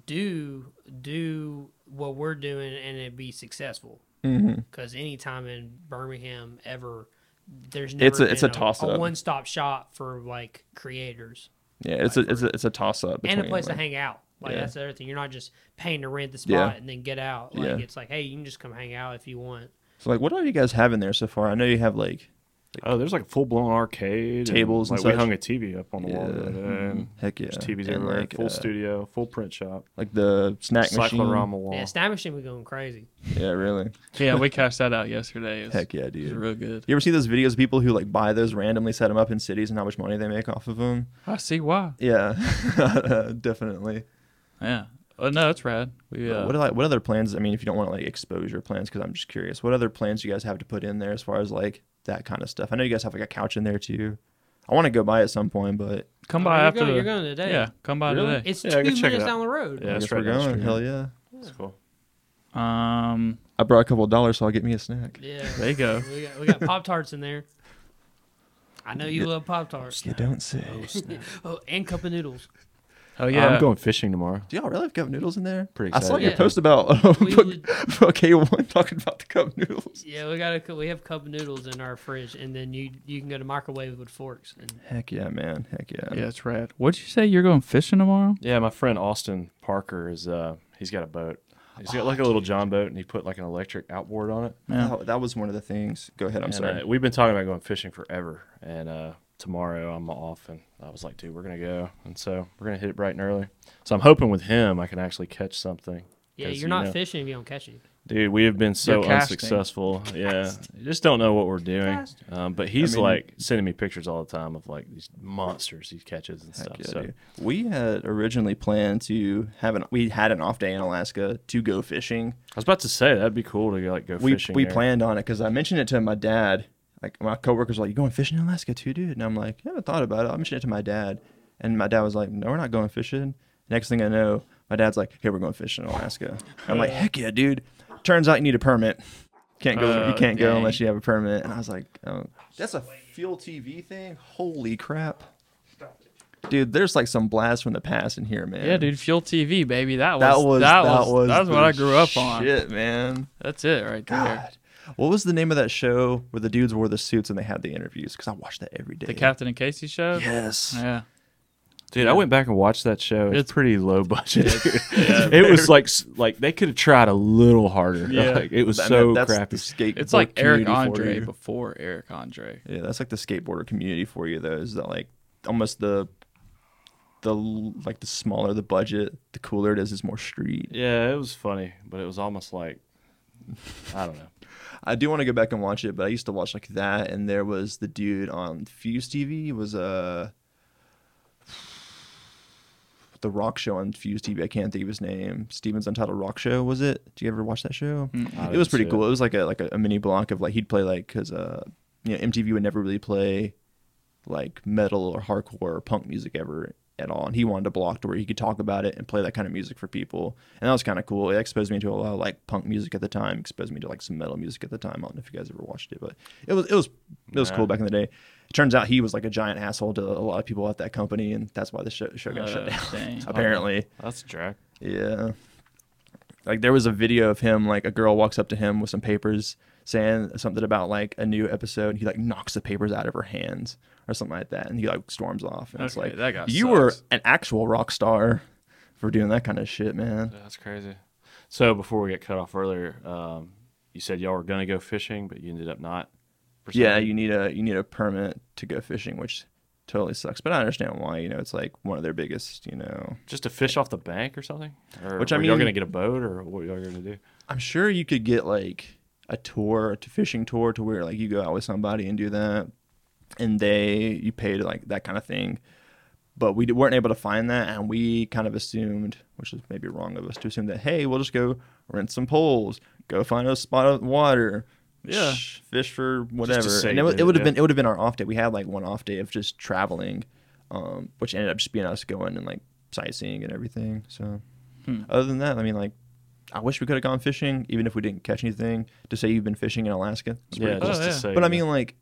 S1: do do what we're doing and it be successful.
S3: mm-hmm.
S1: Because any time in Birmingham ever, there's never
S3: It's a- it's
S1: been
S3: a toss-up.
S1: one stop shop for like creators
S3: yeah, it's a, it's a, it's a toss up.
S1: and a place to hang out. Like
S3: Yeah.
S1: that's the other thing. You're not just paying to rent the spot
S3: Yeah.
S1: and then get out. Like
S3: Yeah.
S1: it's like, hey, you can just come hang out if you want.
S3: So like, what all you guys have in there so far? I know you have like,
S2: Oh, there's like a full blown arcade.
S3: Tables and
S2: like
S3: such.
S2: we hung a TV up on the wall. the
S3: Yeah.
S2: other day, and
S3: heck yeah.
S2: There's TVs
S3: and
S2: everywhere.
S3: Like,
S2: full
S3: uh,
S2: studio, full print shop,
S3: like the snack machine.
S2: cyclorama wall.
S1: Yeah, Snap Machine was going crazy.
S3: Yeah, really.
S4: Yeah, we cashed that out yesterday. It was,
S3: Heck yeah,
S4: it was
S3: dude.
S4: real good.
S3: You ever see those videos of people who like buy those randomly, set them up in cities, and how much money they make off of them?
S4: I see why.
S3: Yeah, [LAUGHS] definitely.
S4: Yeah. Oh no, it's rad. We uh,
S3: What are, like what other plans? I mean, if you don't want to like expose your plans, because I'm just curious, what other plans you guys have to put in there as far as like that kind of stuff? I know you guys have like a couch in there too. I want to go by at some point, but
S4: come
S1: Oh,
S4: by
S1: you're
S4: after.
S1: going-
S4: the-
S1: you're going today.
S4: Yeah, come by
S2: Really?
S4: today.
S1: It's
S2: Yeah, I
S1: two
S2: can check it
S1: minutes
S2: out.
S1: down the road.
S2: Yeah,
S3: I
S2: it's
S3: guess
S2: right
S3: we're
S2: down the
S3: going.
S2: street.
S3: Hell yeah!
S2: It's cool.
S4: Um,
S3: I brought a couple of dollars, so I'll get me a snack.
S1: Yeah.
S3: [LAUGHS]
S4: There you go.
S1: We got, we got Pop Tarts in there. I know you
S3: Yeah.
S1: love Pop Tarts.
S3: You don't say.
S1: [LAUGHS] Oh, and cup of
S3: [LAUGHS]
S1: noodles.
S4: oh yeah.
S2: I'm going fishing tomorrow.
S3: Do y'all really have cup noodles in there?
S2: Pretty
S3: I saw
S2: excited.
S3: your
S1: Yeah.
S3: post about [LAUGHS] uh,
S1: We
S3: book-
S1: would-
S3: book K1 talking about the cup noodles.
S1: Yeah, we got a, we have cup noodles in our fridge, and then you you can go to microwave with forks. And
S3: Heck yeah, man! Heck yeah!
S4: Yeah, it's rad. What'd you say? You're going fishing tomorrow?
S2: Yeah, my friend Austin Parker is. uh He's got a boat. He's got like a little John boat, and he put like an electric outboard on it.
S4: Yeah.
S3: That, that was one of the things. Go ahead. I'm
S2: And,
S3: sorry.
S2: uh, we've been talking about going fishing forever, and uh, tomorrow I'm off, and I was like, dude, we're gonna go, and so we're gonna hit it bright and early. So I'm hoping with him I can actually catch something.
S1: yeah,
S2: 'Cause,
S1: you're
S2: you
S1: not
S2: know-
S1: fishing if you don't catch anything.
S2: Dude, we have been so
S4: You're casting.
S2: unsuccessful. Yeah, you just don't know what we're doing.
S1: Casting.
S2: Um, but he's
S3: I mean-
S2: like sending me pictures all the time of like these monsters he catches and stuff.
S3: Heck yeah,
S2: so
S3: dude. We had originally planned to have an we had an off day in Alaska to go fishing.
S2: I was about to say that'd be cool to go, like go
S3: We
S2: fishing.
S3: we
S2: there.
S3: planned on it because I mentioned it to my dad. Like my coworkers were like, "You going fishing in Alaska too, dude?" And I'm like, "I haven't thought about it." I mentioned it to my dad, and my dad was like, "No, we're not going fishing." Next thing I know, my dad's like, "Hey, we're going fishing in Alaska." I'm like, "Heck yeah, dude!" Turns out you need a permit. Can't go.
S4: Oh,
S3: you can't go
S4: dang.
S3: unless you have a permit. And I was like, oh, "That's a fuel TV thing. Holy crap!" Dude, there's like some blast from the past in here, man.
S4: Yeah, dude. Fuel TV, baby. That was
S3: That was that, was
S4: that was what
S3: the
S4: I grew up on.
S3: Shit, man.
S4: That's it right there.
S3: God. What was the name of that show where the dudes wore the suits and they had the interviews? Because I watched that every day.
S4: The Captain and Casey show.
S3: Yes.
S4: Yeah.
S2: Dude, I went back and watched that show. It's,
S4: It's-
S2: pretty low budget. dude. [LAUGHS] it was like s- like they could have tried a little harder.
S4: Yeah.
S2: [LAUGHS] Like, it was
S3: I mean,
S2: so
S3: that's
S2: crappy.
S3: The skateboard
S4: It's like Eric
S3: community for
S4: Andre
S3: you.
S4: before Eric Andre.
S3: Yeah, that's like the skateboarder community for you. Though is that like almost the the l- like the smaller the budget, the cooler it is. It's more street.
S2: Yeah, it was funny, but it was almost like I don't know.
S3: I do want to go back and watch it, but I used to watch like that, and there was the dude on Fuse TV was uh, the rock show on Fuse TV. I can't think of his name. Steven's Untitled Rock Show was it? Do you ever watch that show?
S2: Hmm, I
S3: It was
S2: didn't
S3: pretty
S2: see
S3: cool. It. was like a like a, a mini block of like he'd play like because uh you know MTV would never really play like metal or hardcore or punk music ever at all, and he wanted a block to where he could talk about it and play that kind of music for people, and that was kind of cool. It exposed me to a lot of like punk music at the time, exposed me to like some metal music at the time. I don't know if you guys ever watched it, but it was it was it was
S2: Nah.
S3: cool back in the day. It turns out he was like a giant asshole to a lot of people at that company, and that's why the show, show got shut
S4: Uh, [LAUGHS]
S3: down. [LAUGHS]
S4: dang.
S3: Apparently,
S2: That's a drag.
S3: yeah. Like there was a video of him, like a girl walks up to him with some papers saying something about like a new episode, and he like knocks the papers out of her hands or something like that, and he like storms off. And it's
S4: Okay,
S3: like
S4: that guy
S3: you were
S4: sucks.
S3: an actual rock star for doing that kind of shit, man.
S2: That's crazy. So before we get cut off earlier, um, you said y'all were gonna go fishing, but you ended up not. for some
S3: Yeah,
S2: reason.
S3: you need a you need a permit to go fishing, which totally sucks. But I understand why. You know, it's like one of their biggest. You know,
S2: just to fish off the bank or something. Or
S3: Which I
S2: were y'all
S3: mean-
S2: gonna get a boat or what y'all gonna do?
S3: I'm sure you could get like a tour, to fishing tour, to where like you go out with somebody and do that, and they you pay to like that kind of thing. but we weren't able to find that, and we kind of assumed, which is maybe wrong of us to assume that, hey, we'll just go rent some poles, go find a spot of water,
S4: Yeah.
S3: sh- fish for whatever.
S2: save
S3: And it, wa-
S2: it,
S3: it would have
S2: yeah.
S3: been it would have been our off day. We had like one off day of just traveling, um, which ended up just being us going and like sightseeing and everything. So other than that, I mean, like. I wish we could have gone fishing, even if we didn't catch anything. To say you've been fishing in Alaska, it's pretty
S2: yeah,
S3: cool.
S2: just
S4: Oh,
S2: to
S4: yeah.
S2: say.
S3: But I
S2: that.
S3: mean, like,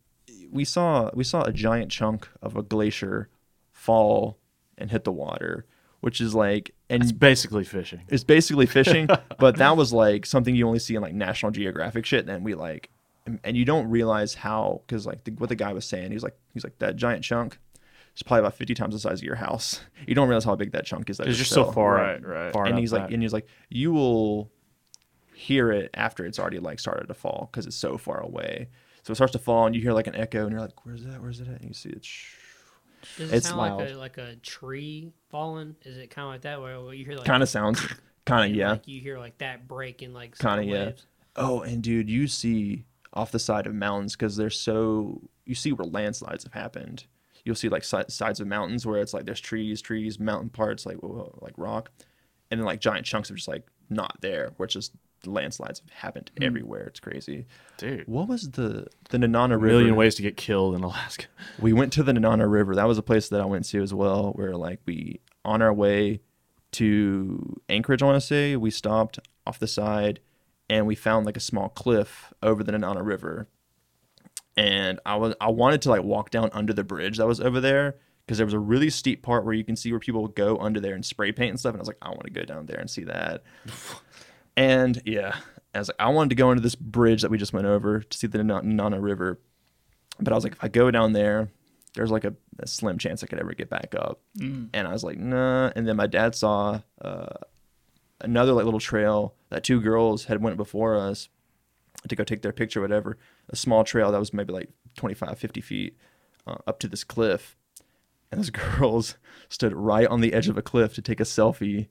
S3: we saw we saw a giant chunk of a glacier fall and hit the water, which is like, and
S2: it's basically fishing.
S3: [LAUGHS] it's basically
S2: [LAUGHS]
S3: fishing. but that was like something you only see in like National Geographic shit. And we like, and- and you don't realize how because like the, what the guy was saying, he's like, he's like that giant chunk. is probably about fifty times the size of your house. [LAUGHS] You don't realize how big that chunk is. that
S2: Because
S3: is
S2: you're so
S3: fell.
S2: far,
S4: Right, right.
S2: far
S3: And
S2: enough
S3: he's like,
S2: back.
S3: and he's like, you will hear it after it's already like started to fall because it's so far away. So it starts to fall, and you hear like an echo, and you're like, "Where's that? Where's it at?" And you see it. Sh-
S1: Does it
S3: It's
S1: sound like a
S3: loud.
S1: like a tree falling? Is it kind of like that where where you hear like
S3: kind of [LAUGHS] sounds, kind
S1: and,
S3: of yeah.
S1: like you hear like that break in like
S3: Kinda,
S1: sound
S3: yeah.
S1: waves?
S3: Oh, and dude, you see off the side of mountains because they're so you see where landslides have happened. You'll see like si- sides of mountains where it's like there's trees, trees, mountain parts like whoa, like rock, and then like giant chunks of just like not there, where it's just landslides have happened everywhere. It's crazy.
S2: dude,
S3: What was the the Nanana
S2: a
S3: River?
S2: million ways to get killed in Alaska.
S3: we went to the Nanana River. That was a place that I went to as well, where like we on our way to Anchorage, I want to say, we stopped off the side and we found like a small cliff over the Nanana River. And I was I wanted to like walk down under the bridge that was over there because there was a really steep part where you can see where people would go under there and spray paint and stuff. And I was like, I want to go down there and see
S2: [LAUGHS]
S3: that. And yeah, I was like, I wanted to go under this bridge that we just went over to see the Nan- Nana River. But I was like, if I go down there, there's like a, a slim chance I could ever get back up.
S2: Mm.
S3: And I was like, nah. And then my dad saw uh, another like little trail that two girls had went before us to go take their picture, whatever. A small trail that was maybe like 25, 50 feet uh, up to this cliff. And those [LAUGHS] girls stood right on the edge of a cliff to take a selfie.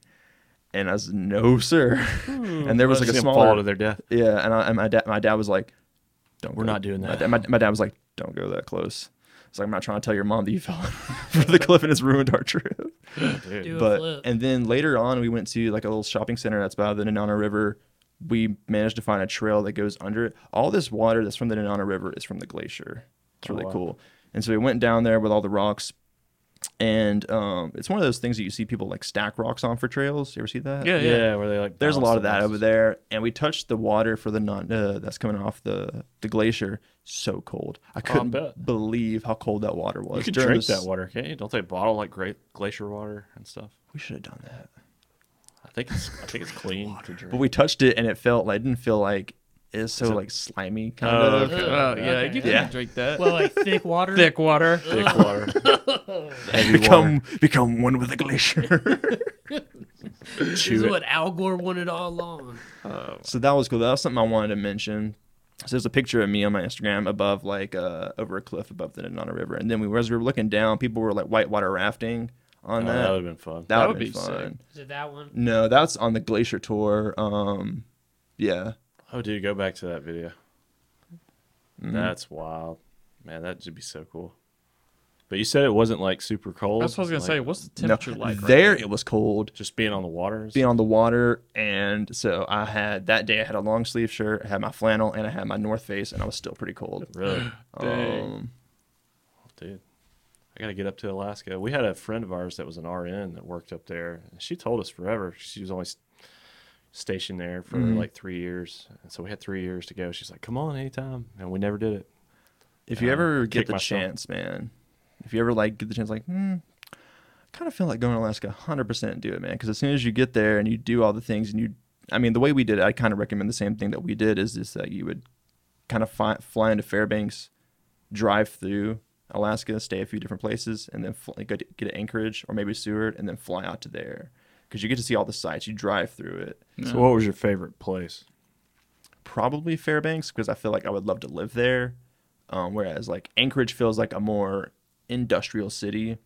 S3: And I was no sir. and
S2: [LAUGHS]
S3: there was like a
S2: Just Hmm. gonna
S3: small
S2: fall to their death.
S3: yeah, and, I, and my dad, my dad was like, "Don't."
S2: We're
S3: go-
S2: not doing
S3: my
S2: that.
S3: da- My, my, dad was like, "Don't go that close." It's like I'm not trying to tell your mom that you fell [LAUGHS] for the cliff and it's ruined our trip.
S2: Dude.
S1: [LAUGHS] Do a
S3: But
S1: flip.
S3: and then later on, we went to like a little shopping center that's by the Nanana River. We managed to find a trail that goes under it. All this water that's from the Nanana River is from the glacier. It's really
S2: Oh, wow.
S3: cool. And so we went down there with all the rocks. And um, it's one of those things that you see people like stack rocks on for trails. You ever see that?
S4: Yeah,
S2: yeah,
S4: yeah.
S2: where they like.
S3: There's a
S2: balance
S3: lot
S2: the
S3: of that
S2: boxes.
S3: over there, and we touched the water for the non uh, that's coming off the the glacier. So cold, Oh, I couldn't
S2: bet.
S3: believe how cold that water was.
S2: You can
S3: during
S2: drink
S3: this-
S2: that water, can't you? Don't they bottle like great glacier water and stuff?
S3: We should have done that,
S2: I think it's I think it's clean to drink.
S3: but we touched it, and it felt like it didn't feel like it's so
S2: it-
S3: like slimy kind
S2: Oh,
S3: of.
S2: okay.
S4: Oh, yeah.
S1: Okay.
S4: You can
S3: Yeah.
S4: drink that.
S1: well, like thick water.
S4: Thick water.
S2: Thick [LAUGHS] water. Heavy
S3: [LAUGHS] Become become one with the glacier.
S1: This is what Al Gore wanted all along.
S3: [LAUGHS] so that was cool. That was something I wanted to mention. So there's a picture of me on my Instagram above like uh, over a cliff above the Nanana River, and then we as we were looking down, people were like whitewater rafting on
S2: Oh,
S3: that.
S2: that would have been fun.
S3: That,
S4: That
S3: would
S4: would
S3: be
S4: be sick.
S3: fun.
S1: Is it that one?
S3: No, that's on the glacier tour. Um, yeah,
S2: oh, dude, go back to that video. That's wild, man. That should be so cool. But you said it wasn't like super cold.
S4: That's what I was gonna say. What's the
S3: no,
S4: temperature like? right
S3: there
S4: now?
S3: it was cold.
S2: Just being on the waters.
S3: Being on the water, and so I had that day. I had a long sleeve shirt, I had my flannel, and I had my North Face, and I was still pretty cold.
S2: really,
S4: Dang.
S3: Um,
S2: dude. I gotta get up to Alaska. We had a friend of ours that was an RN that worked up there. and She told us forever. She was always stationed there for
S3: Mm-hmm.
S2: like three years, and so we had three years to go. She's like, "Come on, anytime," and we never did it.
S3: if you
S2: Uh,
S3: ever
S2: kick
S3: get the
S2: myself.
S3: chance, man, if you ever like get the chance, like, hmm, I kind of feel like going to Alaska. Hundred percent, do it, man. Because as soon as you get there and you do all the things, and you, I mean, the way we did, it, I kind of recommend the same thing that we did. Is just that you would kind of fly, fly into Fairbanks, drive through Alaska, stay a few different places, and then fly, go to, get to Anchorage or maybe Seward, and then fly out to there because you get to see all the sights. You drive through it.
S2: So, what was your favorite place?
S3: Probably Fairbanks because I feel like I would love to live there. Um, whereas like Anchorage feels like a more industrial city,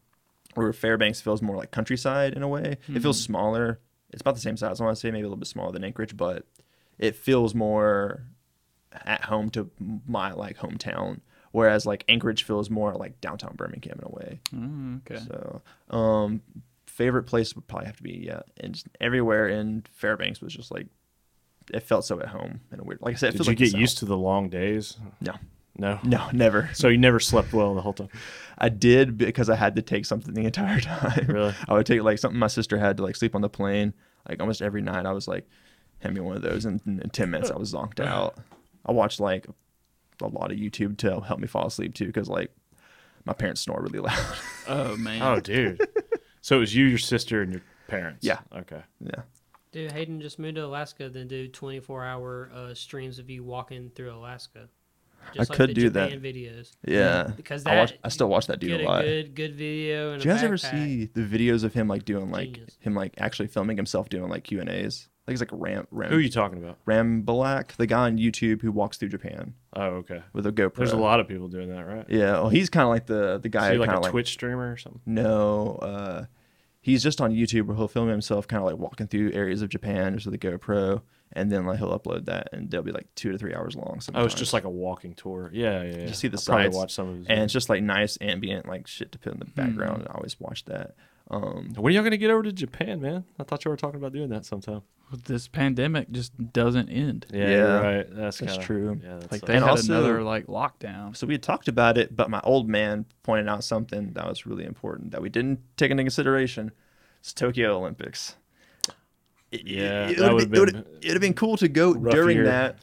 S3: where Fairbanks feels more like countryside in a way. It feels smaller. It's about the same size. I want to say maybe a little bit smaller than Anchorage, but it feels more at home to my like hometown. whereas like Anchorage feels more like downtown Birmingham in a way.
S4: Mm, okay.
S3: So, um, favorite place would probably have to be yeah, and just everywhere in Fairbanks was just like it felt so at home in a weird. Like I said,
S2: Did
S3: it feels
S2: you
S3: like
S2: get used to the long days?
S3: No,
S2: No.
S3: no, [LAUGHS] never.
S2: So you never slept well the whole
S3: [LAUGHS]
S2: time.
S3: I did because I had to take something the entire [LAUGHS] time.
S2: Really?
S3: I would take like something my sister had to like sleep on the plane. Like almost every night, I was like, hand me one of those, and in ten minutes, I was
S2: [LAUGHS]
S3: zonked out. I watched like a lot of YouTube to help me fall asleep too, because like my parents snore really [LAUGHS] loud.
S4: Oh man.
S2: Oh, dude. so it was you, your sister, and your parents.
S3: Yeah.
S2: Okay.
S3: yeah.
S1: Dude, Hayden just moved to Alaska, then do 24 hour uh, streams of you walking through Alaska. Just
S3: could
S1: the
S3: do that.
S1: Japan videos.
S3: Yeah.
S1: Because
S3: I, watch,
S1: that-
S3: I still watch that dude
S1: Get
S3: a
S1: a
S3: lot.
S1: good, good video. And
S3: Do you guys ever see the videos of him like doing like
S1: Genius.
S3: him like actually filming himself doing like Q and A's? I think it's like Ram Ram
S2: Who are you talking about?
S3: Rambalak, the guy on YouTube who walks through Japan
S2: Oh, okay.
S3: with a GoPro.
S2: There's a lot of people doing that, right?
S3: Yeah, well, he's kind of like the the guy
S2: Is he
S3: who
S2: like
S3: kind
S2: a
S3: of like
S2: Twitch streamer or something?
S3: no, uh, he's just on YouTube where he'll film himself kind of like walking through areas of Japan just with a GoPro, and then like he'll upload that, and they'll be like two to three hours long.
S2: Oh,
S3: Sometimes.
S2: it's just like a walking tour. Yeah, yeah. yeah.
S3: Just see the
S2: I'll probably
S3: sights,
S2: watch some of his.
S3: and it's just like nice ambient like shit to put in
S2: Hmm.
S3: the background. and I always watch that. Um,
S2: when are y'all gonna get over to Japan, man? I thought y'all were talking about doing that sometime.
S4: This pandemic just doesn't end.
S2: Yeah,
S3: Yeah.
S2: you're right. That's,
S3: That's
S2: kinda-
S3: true.
S2: Yeah, that's
S4: Like
S2: like
S4: they
S3: And
S4: had
S3: also-
S4: another like lockdown.
S3: so we had talked about it, but my old man pointed out something that was really important that we didn't take into consideration. It's Tokyo Olympics. It-
S2: Yeah,
S3: it,
S2: that
S3: would
S2: would've
S3: have
S2: been
S3: it'd have been cool to go
S2: rough
S3: during
S2: year.
S3: that.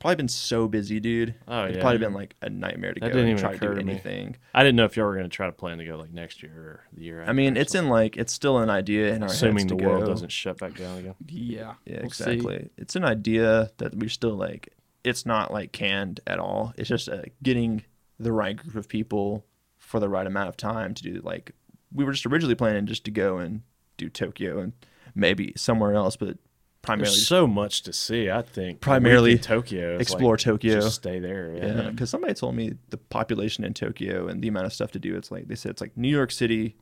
S3: Probably been so busy, dude.
S2: Oh,
S3: It'd
S2: yeah.
S3: probably been like a nightmare to
S2: That
S3: go
S2: didn't
S3: and
S2: even
S3: try to do
S2: occur to me.
S3: anything.
S2: I didn't know if y'all were gonna try to plan to go like next year or the year.
S3: I mean, it's in like it's still an idea in our heads
S2: assuming
S3: to
S2: the world
S3: go.
S2: doesn't shut back down again.
S4: Yeah.
S3: Yeah,
S4: we'll see.
S3: exactly. It's an idea that we're still like, it's not like canned at all. It's just uh, getting the right group of people for the right amount of time to do like, we were just originally planning just to go and do Tokyo and maybe somewhere else, but primarily
S2: There's
S3: just
S2: so much to see. I think
S3: Primarily
S2: Week in Tokyo, is,
S3: explore
S2: like,
S3: Tokyo.
S2: Just stay there. Yeah.
S3: Yeah, because somebody told me the population in Tokyo and the amount of stuff to do. It's like they said it's like New York City,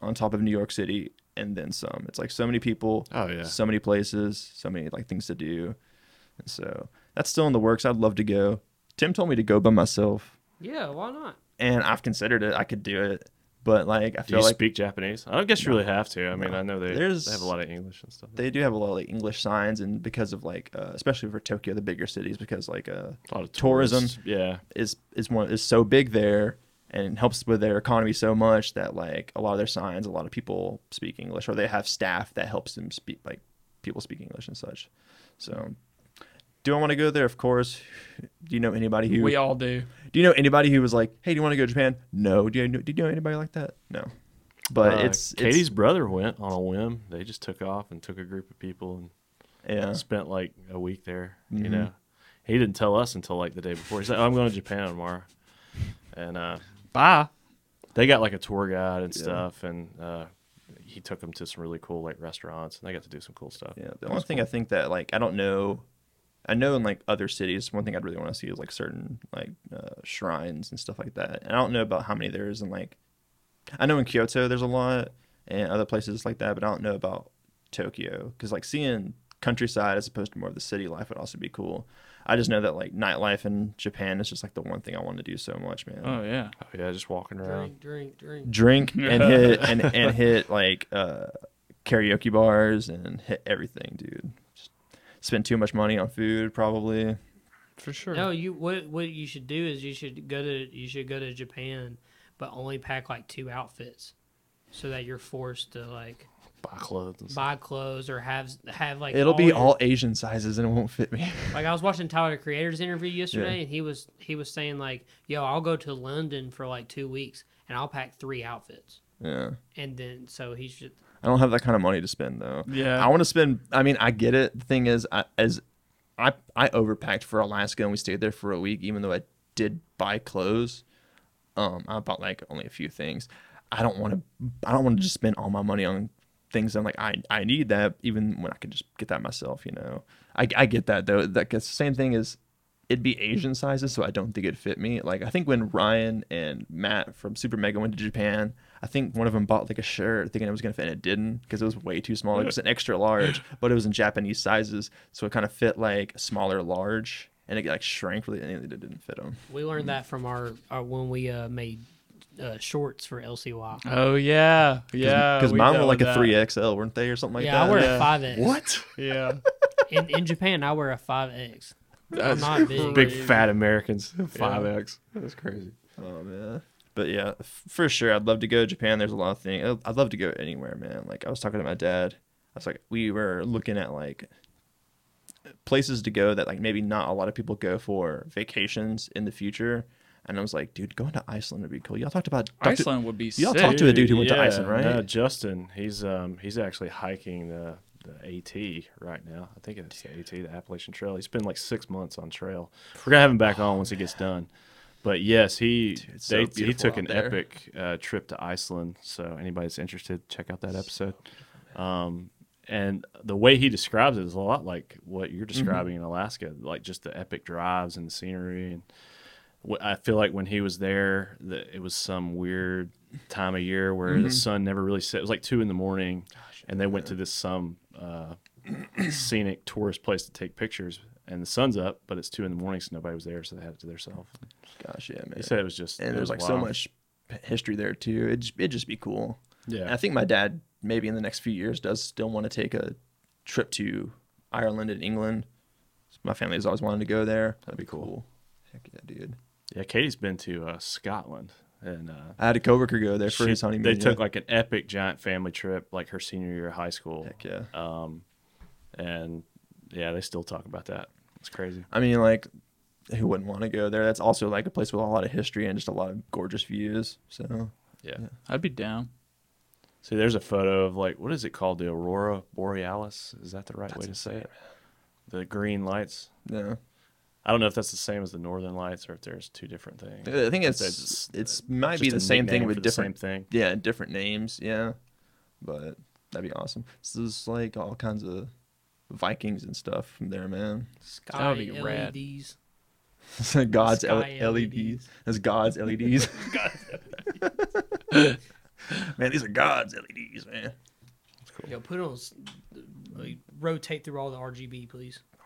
S3: on top of New York City, and then some. It's like so many people.
S2: Oh, yeah.
S3: So many places. So many like things to do. And so that's still in the works. I'd love to go. Tim told me to go by myself,
S1: Yeah, why not?
S3: and I've considered it. I could do it, but like I
S2: Do
S3: feel
S2: you
S3: like
S2: speak Japanese? I don't guess you really have to. I mean, I know they
S3: There's-
S2: they have a lot of English and stuff.
S3: they do have a lot of like English signs, and because of like uh, especially for Tokyo, the bigger cities, because like uh,
S2: a lot of
S3: tourism.
S2: tourists. Yeah.
S3: is is one is so big there and helps with their economy so much that like a lot of their signs, a lot of people speak English, or they have staff that helps them speak like people speak English and such. So, do I want to go there? Of course. Do you know anybody who?
S4: We all do.
S3: do you know anybody who was like, "Hey, do you want to go to Japan?" No. Do you know, do you know anybody like that? No. But
S2: Uh,
S3: it's
S2: Katie's
S3: it's,
S2: brother went on a whim. They just took off and took a group of people and
S3: yeah.
S2: spent like a week there. You know, he didn't tell us until like the day before. He's like, "Oh, "I'm going to Japan tomorrow," and uh,
S4: Bye.
S2: they got like a tour guide and stuff, and uh, he took them to some really cool like restaurants, and they got to do some cool stuff.
S3: Yeah, the only thing I think that like I don't know, I know in like other cities, one thing I'd really want to see is like certain like uh, shrines and stuff like that. And I don't know about how many there is in like, I know in Kyoto there's a lot and other places like that, but I don't know about Tokyo because like seeing countryside as opposed to more of the city life would also be cool. I just know that like nightlife in Japan is just like the one thing I want to do so much, man.
S4: Oh yeah.
S2: Oh, yeah, just walking around.
S1: Drink, drink, drink.
S3: Drink and hit and, and hit like uh, karaoke bars and hit everything, dude. Just spend too much money on food, probably.
S4: For sure.
S1: No, you what what you should do is you should go to you should go to Japan, but only pack like two outfits, so that you're forced to like
S2: buy clothes. And stuff.
S1: buy clothes or have have like
S3: It'll be
S1: your-
S3: all Asian sizes and it won't fit me. [LAUGHS]
S1: Like I was watching Tyler the Creator's interview yesterday, and he was he was saying like, "Yo, I'll go to London for like two weeks, and I'll pack three outfits."
S3: yeah.
S1: And then so he's just
S3: I don't have that kind of money to spend though.
S4: Yeah.
S3: I want to spend. I mean, I get it. The thing is, I, as I I overpacked for Alaska and we stayed there for a week, even though I did buy clothes. Um, I bought like only a few things. I don't want to. I don't want to just spend all my money on things. I'm like, I I need that, even when I could just get that myself. You know, I I get that though. That the same thing is. It'd be Asian sizes, so I don't think it'd fit me. Like I think when Ryan and Matt from Super Mega went to Japan, I think one of them bought like a shirt thinking it was gonna fit, and it didn't because it was way too small. Like, it was an extra large, but it was in Japanese sizes, so it kind of fit like a smaller large. and it like shrank really, and it didn't fit them.
S1: We learned that from our, our when we uh, made uh, shorts for LCY.
S4: Oh yeah, yeah.
S3: because
S4: we
S3: mine were
S4: dealt
S3: like
S4: with
S3: a
S4: that.
S3: three XL, weren't they, or something like
S1: yeah,
S3: that?
S1: I wear
S4: Yeah.
S1: a five X.
S3: What? [LAUGHS]
S4: Yeah,
S1: In, in Japan, I wear a five X. I'm
S2: That's
S1: not [LAUGHS]
S2: [LAUGHS]
S1: big.
S2: Big fat Americans, five X. That's crazy.
S3: Oh man. But yeah, f- for sure, I'd love to go to Japan. There's a lot of things. I'd- I'd love to go anywhere, man. Like I was talking to my dad. I was like, we were looking at like places to go that like maybe not a lot of people go for vacations in the future. And I was like, dude, going to Iceland would be cool. Y'all talked about talked to-
S4: Iceland would be
S3: Y'all
S4: sick.
S3: talked to a dude who went to Iceland, right?
S2: No, Justin. He's um he's actually hiking the the AT right now. I think it's the AT, the Appalachian Trail. He's been like six months on trail. We're gonna have him back on once he gets done. But yes, he
S3: Dude, it's so
S2: they, he
S3: beautiful
S2: took
S3: out
S2: an
S3: there.
S2: epic uh, trip to Iceland. So anybody that's interested, check out that episode. Um, and the way he describes it is a lot like what you're
S3: Mm-hmm.
S2: describing in Alaska, like just the epic drives and the scenery and wh- I feel like when he was there, the, it was some weird time of year where
S3: Mm-hmm.
S2: the sun never really set. It was like two in the morning, and they went to this some uh, [CLEARS THROAT] scenic tourist place to take pictures. And the sun's up, but it's two in the morning, so nobody was there, so they had it to themselves.
S3: Gosh, yeah, man.
S2: He said it was just
S3: and
S2: it
S3: there's
S2: was
S3: like so
S2: wild.
S3: much p- history there too. It'd just, it'd just be cool.
S2: Yeah.
S3: And I think my dad maybe in the next few years does still want to take a trip to Ireland and England. My family's always wanted to go there. That'd be cool. Heck yeah, dude.
S2: Yeah, Katie's been to uh, Scotland, and uh,
S3: I had a coworker go there for
S2: she-
S3: his honeymoon.
S2: they
S3: yeah.
S2: took like an epic giant family trip, like her senior year of high school.
S3: Heck yeah.
S2: And yeah, they still talk about that. It's crazy.
S3: I mean, like, who wouldn't want to go there? That's also like a place with a lot of history and just a lot of gorgeous views. So
S2: yeah.
S4: I'd be down.
S2: See, there's a photo of like what is it called? The aurora borealis? Is that the right way to say it? The green lights.
S3: yeah,
S2: I don't know if that's the same as the northern lights or if there's two different things.
S3: I think it's
S2: That's just-
S3: it's might be
S2: just a
S3: the same thing
S2: nickname
S3: with
S2: for the
S3: different
S2: same thing.
S3: Yeah, different names. Yeah, but that'd be awesome. So there's like all kinds of Vikings and stuff from there, man.
S1: Sky E
S4: That would be rad.
S1: LEDs.
S3: [LAUGHS] God's L-
S1: Sky E
S3: LEDs. That's God's E
S1: [LAUGHS]
S3: LEDs. [LAUGHS] man, these are God's LEDs, man.
S1: Yo, put on. s- like, rotate through all the RGB, please.
S2: Oh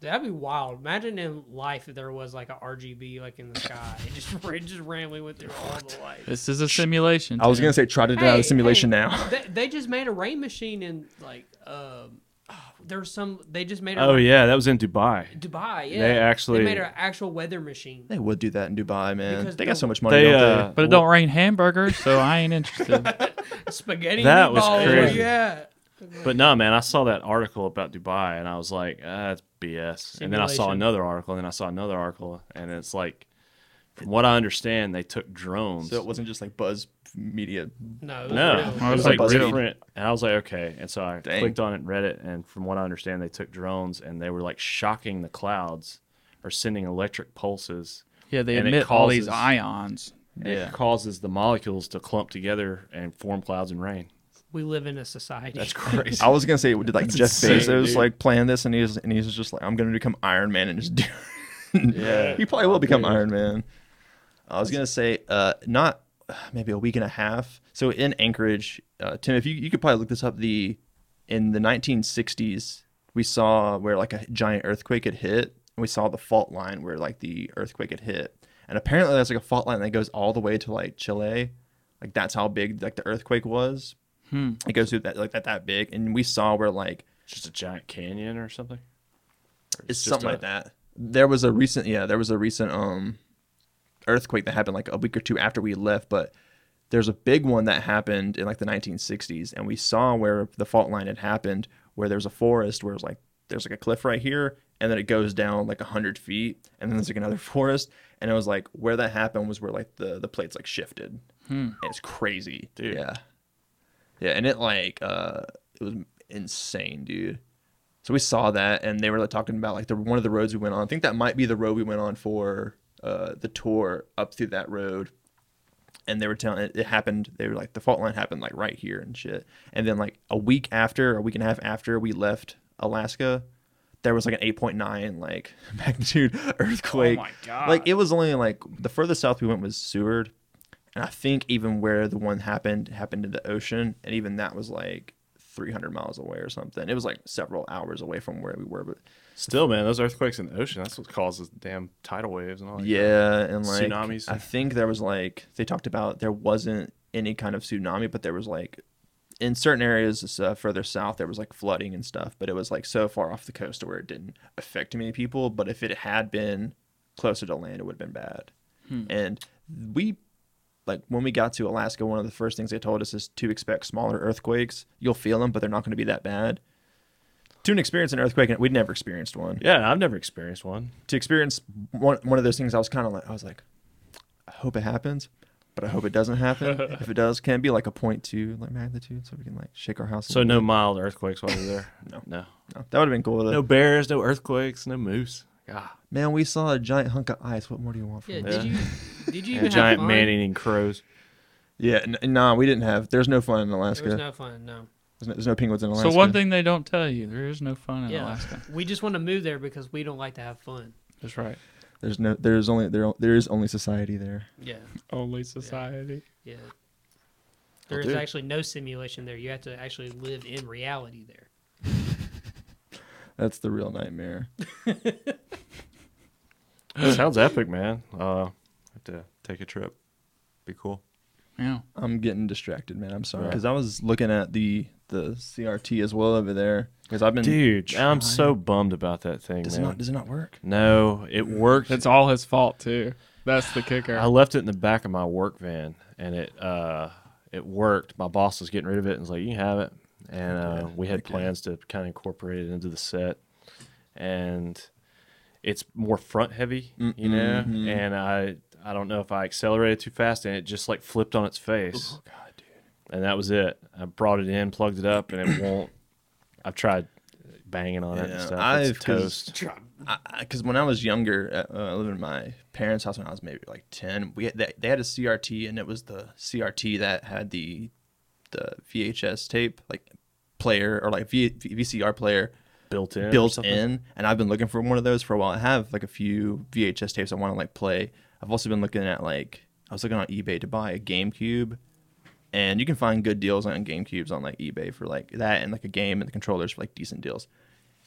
S1: That'd be wild. Imagine in life if there was like a RGB like in the sky. It just [LAUGHS] it just randomly went through all the lights.
S4: This is a simulation.
S3: I was
S4: Tim.
S3: gonna say try to get out of the
S1: Hey,
S3: simulation
S1: hey,
S3: now. [LAUGHS]
S1: They, they just made a rain machine in like um oh, there's some they just made a
S2: Oh yeah, that was in Dubai.
S1: Dubai. Yeah,
S2: They actually-
S1: they made an actual
S2: [LAUGHS]
S1: weather machine. [LAUGHS]
S3: They would do that in Dubai, man.
S1: Because
S3: they
S1: the-
S3: got so much money.
S2: They
S3: don't they?
S2: uh
S4: but it don't rain hamburgers, so I ain't
S3: [LAUGHS]
S4: interested.
S1: Spaghetti
S2: That was
S1: meatballs.
S2: crazy.
S1: Yeah,
S2: But no, man, I saw that article about Dubai and I was like, ah, that's BS. And then I saw
S1: Simulation.
S2: another article and then I saw another article and it's like from what I understand, they took drones.
S3: So it wasn't just like Buzz Media.
S1: no,
S2: No,
S1: no.
S4: I
S2: I was
S4: was
S2: like
S3: on BuzzFeed.
S2: different, and I was like, okay. And so I
S3: Dang.
S2: clicked on it, and read it, and from what I understand, they took drones and they were like shocking the clouds or sending electric pulses.
S4: yeah, they
S2: And it
S4: emit all these
S2: causes-
S4: ions.
S2: And It causes the molecules to clump together and form clouds and rain.
S1: We live in a society.
S2: That's crazy.
S3: I was gonna say, did like Jeff
S2: insane,
S3: Bezos
S2: dude.
S3: like plan this, and he's and he's just like, I'm gonna become Iron Man and just do.
S2: yeah,
S3: he probably will become Iron Man. I was gonna say, uh, not [SIGHS] maybe a week and a half. So in Anchorage, uh, Tim, if you you could probably look this up. The in the 1960s, we saw where like a giant earthquake had hit, and we saw the fault line where like the earthquake had hit, and apparently that's like a fault line that goes all the way to like Chile. Like that's how big like the earthquake was. It goes through that like that that big, and we saw where like
S2: It's just a giant canyon or something. just
S3: it's something
S2: a-
S3: like that. There was a recent, yeah, there was a recent um earthquake that happened like a week or two after we left, but there's a big one that happened in like the 1960s, and we saw where the fault line had happened, where there's a forest where it's like there's like a cliff right here, and then it goes down like hundred feet, and then there's like another [LAUGHS] forest, and it was like where that happened was where like the the plates like shifted. And It's crazy,
S2: Dude.
S3: Yeah, yeah, and it like uh it was insane, dude. So we saw that, and they were like talking about like the one of the roads we went on. I think that might be the road we went on for uh, the tour up through that road. And they were telling it, it happened. They were like the fault line happened like right here and shit. And then like a week after, a week and a half after we left Alaska, there was like an 8.9 like [LAUGHS] magnitude earthquake.
S4: Oh my God.
S3: Like it was only like the furthest south we went was Seward, and I think even where the one happened happened in the ocean, and even that was like 300 miles away or something. It was like several hours away from where we were, but
S2: Still, man, those earthquakes in the ocean, that's what causes the damn tidal waves and all that.
S3: yeah, and like
S2: Oh, Tsunamis.
S3: I think there was like they talked about there wasn't any kind of tsunami, but there was like in certain areas uh, further south there was like flooding and stuff, but it was like so far off the coast to where it didn't affect many people. But if it had been closer to land, it would have been bad. And we like when we got to Alaska, one of the first things they told us is to expect smaller earthquakes. You'll feel them, but they're not going to be that bad. To experience an earthquake, and we'd never experienced one
S2: Yeah, I've never experienced one.
S3: to experience one, one of those things, I was kind of like, I was like, I hope it happens, but I hope it doesn't
S1: [LAUGHS]
S3: happen. if it does, can it be like a point two like magnitude, so we can like shake our house.
S2: So no mild earthquakes while we were there.
S3: No.
S2: Mm-hmm. [LAUGHS] no,
S3: No, that would have been cool. though.
S2: no bears, no earthquakes, no moose. God,
S3: Man, we saw a giant hunk of ice. What more do you want from
S1: [LAUGHS] Yeah,
S3: us?
S1: did you did you
S2: And
S1: even
S2: giant
S1: have fun?
S2: man eating crows.
S3: Yeah, n- nah, we didn't have. There's no fun in
S1: It
S3: Alaska.
S1: was no fun. No.
S3: there's, no, there's no penguins in Alaska.
S4: So one thing they don't tell you, there is no fun in
S1: Yeah.
S4: Alaska.
S1: We just want to move there because we don't like to have fun.
S4: That's right.
S3: there's no. There's only there. There is only society there.
S1: Yeah.
S4: Only society.
S1: Yeah. There is
S2: dude.
S1: actually no simulation there. You have to actually live in reality there.
S3: That's the real nightmare.
S2: Sounds epic, man. Uh, have to take a trip. Be cool.
S4: Yeah.
S3: I'm getting distracted, man. I'm sorry
S2: Right.
S3: because I was looking at the the CRT as well over there because I've been
S2: Dude, I'm so
S3: trying-
S2: bummed about that thing,
S3: Does it
S2: man.
S3: not does it not work?
S2: no, it worked.
S4: It's all his fault too. That's the kicker.
S2: I left it in the back of my work van, and it uh, it worked. My boss was getting rid of it and was like, "You can have it." And uh, we had plans to kind of incorporate it into the set, and it's more front heavy, you know.
S3: mm-hmm.
S2: And I I don't know if I accelerated too fast, and it just like flipped on its face. Oh god, dude! And that was it. I brought it in, plugged it up, and
S3: [CLEARS THROAT]
S2: it won't. I've tried banging on it and
S3: Yeah,
S2: stuff.
S3: I've-
S2: it's toast.
S3: because when I was younger, uh, uh, living in my parents' house when I was maybe like ten, we had, they, they had a CRT, and it was the CRT that had the the VHS tape like player or like v, VCR player
S2: built in, or
S3: built
S2: something.
S3: in, and I've been looking for one of those for a while. I have like a few VHS tapes I want to like play. I've also been looking at like I was looking on eBay to buy a GameCube, and you can find good deals on GameCubes on like eBay for like that and like a game and the controllers for like decent deals.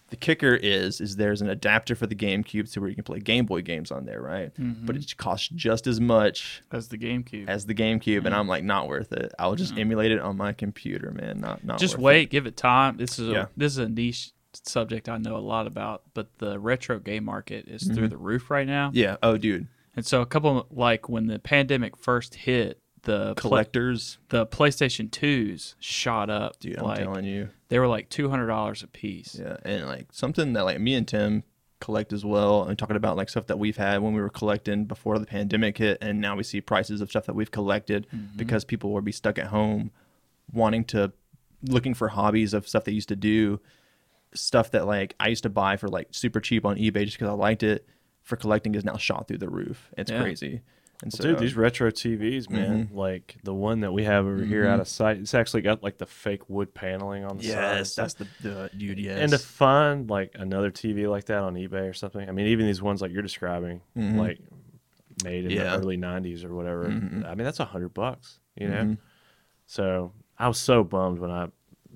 S3: The kicker is is there's an adapter for the GameCube to where you can play Game Boy games on there, right?
S4: Mm-hmm.
S3: But it costs just as much
S4: As the GameCube.
S3: as the GameCube,
S4: Mm-hmm.
S3: and I'm like, not worth it. I'll just emulate it on my computer, man. Not not
S4: Just
S3: worth it.
S4: wait, give it time. This is a
S3: Yeah.
S4: this is a niche subject I know a lot about, but the retro game market is through the roof right now.
S3: Mm-hmm. Yeah. Oh, dude,
S4: And so a couple like when the pandemic first hit, the pla-
S3: collectors,
S4: the PlayStation 2s shot up.
S3: dude. I'm
S4: like
S3: telling you.
S4: they were like $200 a piece.
S3: Yeah, and like something that like me and Tim collect as well, and talking about like stuff that we've had when we were collecting before the pandemic hit, and now we see prices of stuff that we've collected
S2: Mm-hmm.
S3: because people would be stuck at home, wanting to, looking for hobbies of stuff they used to do, stuff that like I used to buy for like super cheap on eBay just because I liked it. For collecting is now shot through the roof. It's
S4: Yeah.
S3: crazy. And so, Mm-hmm.
S2: Dude, these retro TVs, man, like the one that we have over here out of sight, it's actually got like the fake wood paneling on the
S3: yes,
S2: sides.
S3: that's the, the dude. Yes,
S2: and to find like another TV like that on eBay or something. I mean, even these ones like you're describing, like made in
S3: Mm-hmm. Yeah. Mm-hmm.
S2: the early '90s or whatever. I mean, that's a hundred bucks, you know. So I was so bummed when I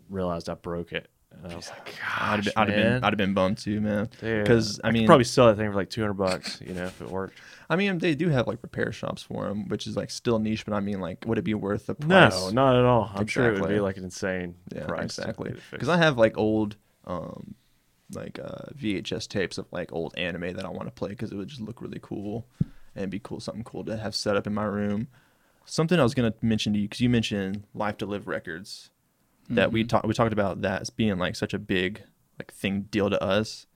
S2: realized I broke it, and I was like,
S3: I'd have been,
S2: "Gosh,
S3: I'd have been,
S2: man,
S3: I'd have been bummed too, man.
S2: dude,
S3: Because I
S2: could
S3: mean,
S2: probably sell that thing for like two hundred bucks, you know, if it worked."
S3: I mean, they do have like repair shops for them, which is like still niche. But I mean, like, would it be worth the price?
S2: No, not at all. I'm sure it would
S3: Exactly.
S2: be like an insane
S3: yeah,
S2: price.
S3: exactly. Because I have like old, um, like uh, VHS tapes of like old anime that I want to play because it would just look really cool and be cool, something cool to have set up in my room. Something I was gonna mention to you because you mentioned Life to Live Records that
S2: Mm-hmm.
S3: we talked we talked about that as being like such a big like thing deal to us.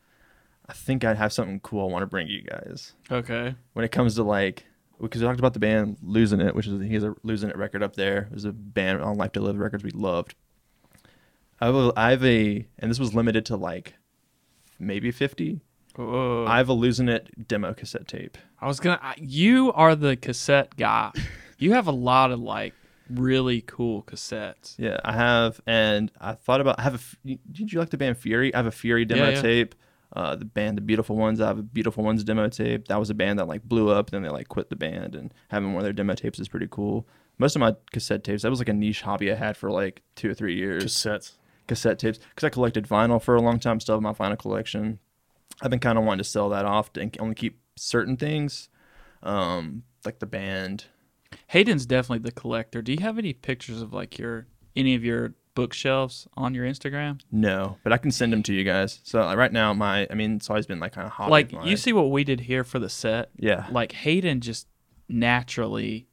S3: I think I have something cool I want to bring you guys.
S4: Okay.
S3: when it comes to like because we talked about the band losing it, which is he has a losing it record up there. It was a band on Life to Live Records we loved. I have a, I have a and this was limited to like maybe fifty.
S4: Whoa.
S3: I have a losing it demo cassette tape.
S4: I was gonna. I, you are the cassette guy. You have a lot of like really cool cassettes.
S3: Yeah, I have, and I thought about I have a. F- Did you like the band Fury? I have a Fury demo
S4: Yeah, yeah.
S3: tape. Uh, the band, the Beautiful Ones. I have a Beautiful Ones demo tape. That was a band that like blew up. Then they like quit the band, and having one of their demo tapes is pretty cool. Most of my cassette tapes. That was like a niche hobby I had for like two or three years.
S2: cassettes.
S3: cassette tapes because I collected vinyl for a long time. Still have my vinyl collection. I've been kind of wanting to sell that off and only keep certain things, um, like the band.
S4: Hayden's definitely the collector. Do you have any pictures of like your any of your bookshelves on your Instagram?
S3: No, but I can send them to you guys. So like, right now, my I mean, it's always been like kind of hot.
S4: like you see what we did here for the set.
S3: Yeah.
S4: Like Hayden just naturally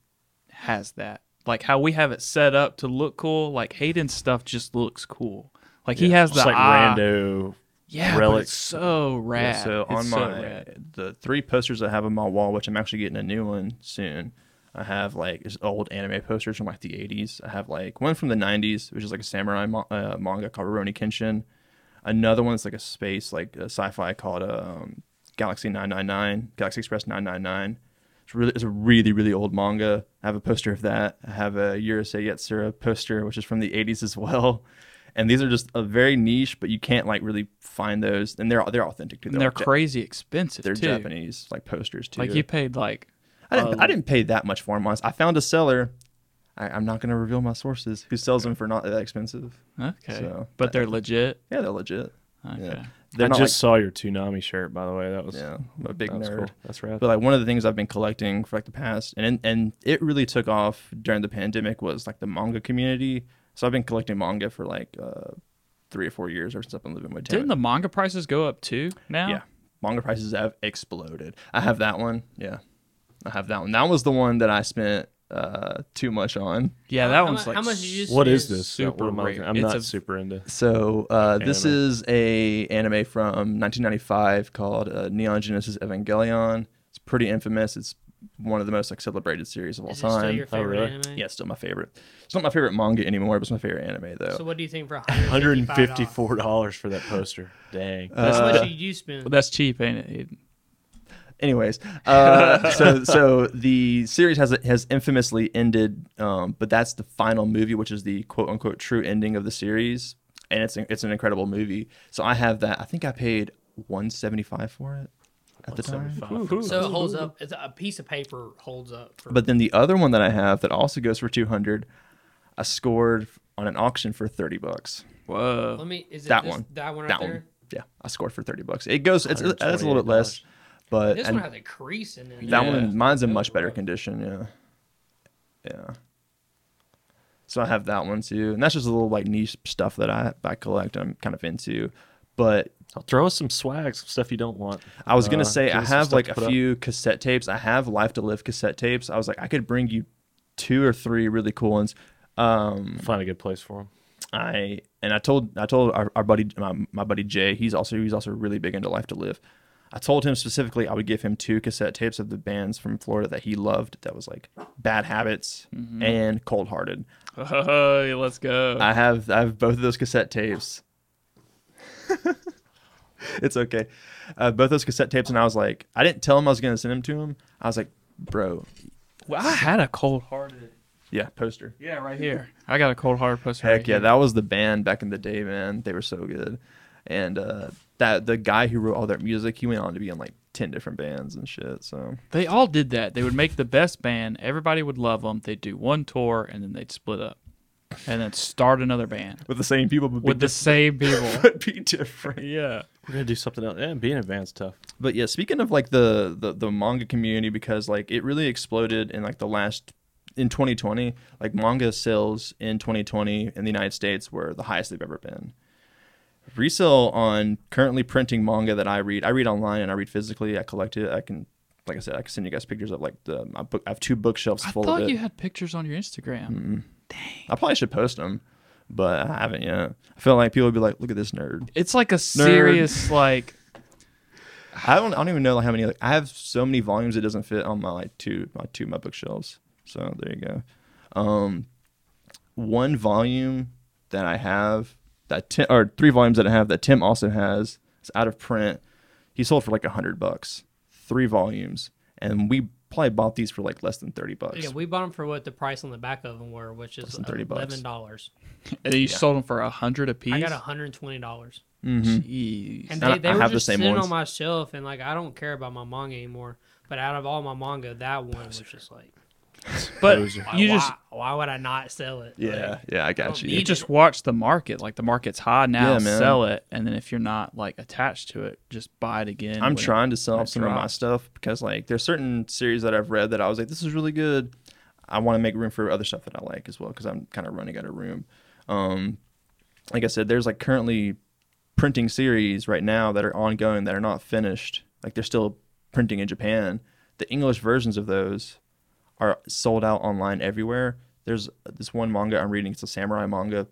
S4: has that. Like how we have it set up to look cool. Like Hayden's stuff just looks cool. Like he has
S2: just
S4: the
S2: like
S4: eye.
S2: rando.
S4: yeah, but
S2: relics.
S4: it's so rad.
S3: Yeah, so
S4: It's
S3: on my
S4: rad.
S3: the three posters I have on my wall, which I'm actually getting a new one soon. I have like just old anime posters from like the 80s. I have like one from the 90s, which is like a samurai mo- uh, manga called Rurouni Kenshin. Another one that's like a space like a sci-fi called um, Galaxy 999, Galaxy Express 999. It's really it's a really really old manga. I have a poster of that. I have a Yurusei Yetsura poster, which is from the 80s as well. And these are just a very niche, but you can't like really find those. And they're they're authentic too.
S4: and they're
S3: like,
S4: crazy expensive
S3: they're
S4: too.
S3: Japanese like posters too.
S4: Like you Um, paid like
S3: I didn't, I didn't pay that much for them. Honestly. I found a seller. I, I'm not going to reveal my sources who sells them for not that expensive.
S4: okay,
S3: So-
S4: but they're legit.
S3: Yeah, they're legit.
S4: Okay.
S3: Yeah.
S2: I
S3: They're
S2: just
S3: not
S2: saw your Toonami shirt, by the way. That was
S3: like, yeah, I'm a big
S2: that was
S3: nerd.
S2: cool. That's rad.
S3: But like one of the things I've been collecting for like the past, and and it really took off during the pandemic was like the manga community. So I've been collecting manga for like uh, three or four years or since I've been living with. Tim.
S4: Didn't the manga prices go up too now?
S3: Yeah. Manga prices have exploded. I have that one. Yeah. I have that one. That was the one that I spent uh too much on.
S4: Yeah, that
S1: How
S4: one's
S1: mu-
S4: like
S1: how much did you-
S2: What is
S1: is
S2: this?
S4: super
S2: What am I
S4: rare.
S2: looking- I'm
S4: It's
S2: not
S4: a-
S2: super into.
S3: So uh this
S2: Anime.
S3: is a anime from 1995 called uh, Neon Genesis Evangelion. It's pretty infamous. It's one of the most like celebrated series of all
S1: Is it
S3: time.
S1: still your
S2: Oh,
S1: favorite
S2: really?
S1: anime?
S3: yeah, it's still my favorite. It's not my favorite manga anymore, but it's my favorite anime though.
S1: So what do you think for
S2: Hundred and
S1: $154?
S2: fifty-four dollars for that poster.
S3: Uh,
S2: Dang.
S1: That's what you you spend.
S4: Well, that's cheap, ain't it? Hayden?
S3: Anyways, uh, so so the series has has infamously ended, um, but that's the final movie, which is the quote unquote true ending of the series, and it's it's an incredible movie. So I have that. I think I paid one seventy five for it at the time.
S1: So it
S3: [LAUGHS]
S1: holds up. It's a piece of paper holds up. For,
S3: But then the other one that I have that also goes for two hundred, I scored on an auction for thirty bucks.
S4: Whoa. [LAUGHS]
S1: let me. Is it
S3: that
S1: this,
S3: one.
S1: That one right
S3: that
S1: there.
S3: one, yeah, I scored for thirty bucks. It goes. It's that's a little bit less, but
S1: This
S3: Uh, and
S1: one has a crease in it.
S3: That
S4: Yeah.
S3: one, mine's in
S1: Those
S3: much
S1: are
S3: better
S1: rough.
S3: condition. Yeah, yeah. So I have that one too, and that's just a little like niche stuff that I I collect. I'm kind of into, but
S2: I'll throw us some swag, some stuff you don't want.
S3: I was gonna
S2: Uh,
S3: say
S2: give
S3: I
S2: us some
S3: have
S2: stuff
S3: like
S2: to
S3: a
S2: put up.
S3: few cassette tapes. I have Life to Live cassette tapes. I was like, I could bring you two or three really cool ones. Um,
S2: Find a good place for them.
S3: I and I told I told our, our buddy my, my buddy Jay he's also he's also really big into Life to Live. I told him specifically I would give him two cassette tapes of the bands from Florida that he loved. That was like Bad Habits and Cold Hearted.
S4: Hey, let's go.
S3: I have I have both of those cassette tapes. [LAUGHS] it's okay, uh, both those cassette tapes, and I was like, I didn't tell him I was gonna send them to him. I was like, bro,
S4: Well, I had a cold hearted.
S3: yeah, poster.
S4: Yeah, right here. I got a cold hearted poster.
S3: Heck
S4: right
S3: yeah,
S4: here.
S3: that was the band back in the day, man. They were so good. And uh, that the guy who wrote all their music, he went on to be in like ten different bands and shit. So
S4: They all did that. They would make the best band. Everybody would love them. They'd do one tour and then they'd split up, and then start another band
S3: with the same people, but
S4: with
S3: be,
S4: the same people.
S3: [LAUGHS] but be different.
S4: yeah.
S2: We're gonna do something else. Yeah, being advanced tough.
S3: But yeah, speaking of like the, the the manga community, because like it really exploded in like the last in 2020. Like manga sales in 2020 in the United States were the highest they've ever been. Resale on currently printing manga that I read. I read online and I read physically. I collect it. I can, like I said, I can send you guys pictures of like the my book. I have two bookshelves
S4: I
S3: full of
S4: thought
S3: it.
S4: you had pictures on your Instagram.
S3: I probably should post them, but I haven't yet. I feel like people would be like, "Look at this nerd."
S4: It's like a serious
S3: [LAUGHS]
S4: like.
S3: I don't. I don't even know like how many. Like I have so many volumes it doesn't fit on my like two my two of my bookshelves. So there you go. Um, one volume that I have that Tim or three volumes that I have that Tim also has. It's out of print. He sold for like a hundred bucks, three volumes, and we probably bought these for like less than thirty bucks.
S1: Yeah, we bought them for what the price on the back of them were, which is
S3: than 30 bucks.
S1: eleven dollars.
S4: And you sold them for a hundred apiece.
S1: I got hundred and twenty dollars,
S3: Mm-hmm.
S4: Jeez.
S1: and
S3: And
S1: they,
S3: I-
S1: they
S3: I
S1: were
S3: have the
S1: just
S3: same
S1: sitting
S3: ones.
S1: on my shelf, and like I don't care about my manga anymore. But out of all my manga, that one was just like
S4: But
S2: Poser.
S1: Why-
S4: you just
S1: why, why would I not sell it?
S3: Yeah,
S1: Like, Oh,
S3: yeah, I got
S1: don't
S3: you.
S4: you
S1: need
S4: just watch the market. Like the market's high now,
S3: Yeah, man.
S4: sell it, and then if you're not like attached to it, just buy it again.
S3: I'm
S4: when it-
S3: trying to sell
S4: when
S3: off
S4: it
S3: some of my
S4: drops.
S3: stuff because like there's certain series that I've read that I was like, this is really good. I want to make room for other stuff that I like as well because I'm kind of running out of room. Um, like I said, there's like currently printing series right now that are ongoing that are not finished. Like they're still printing in Japan. The English versions of those are sold out online everywhere. There's this one manga I'm reading. It's a samurai manga.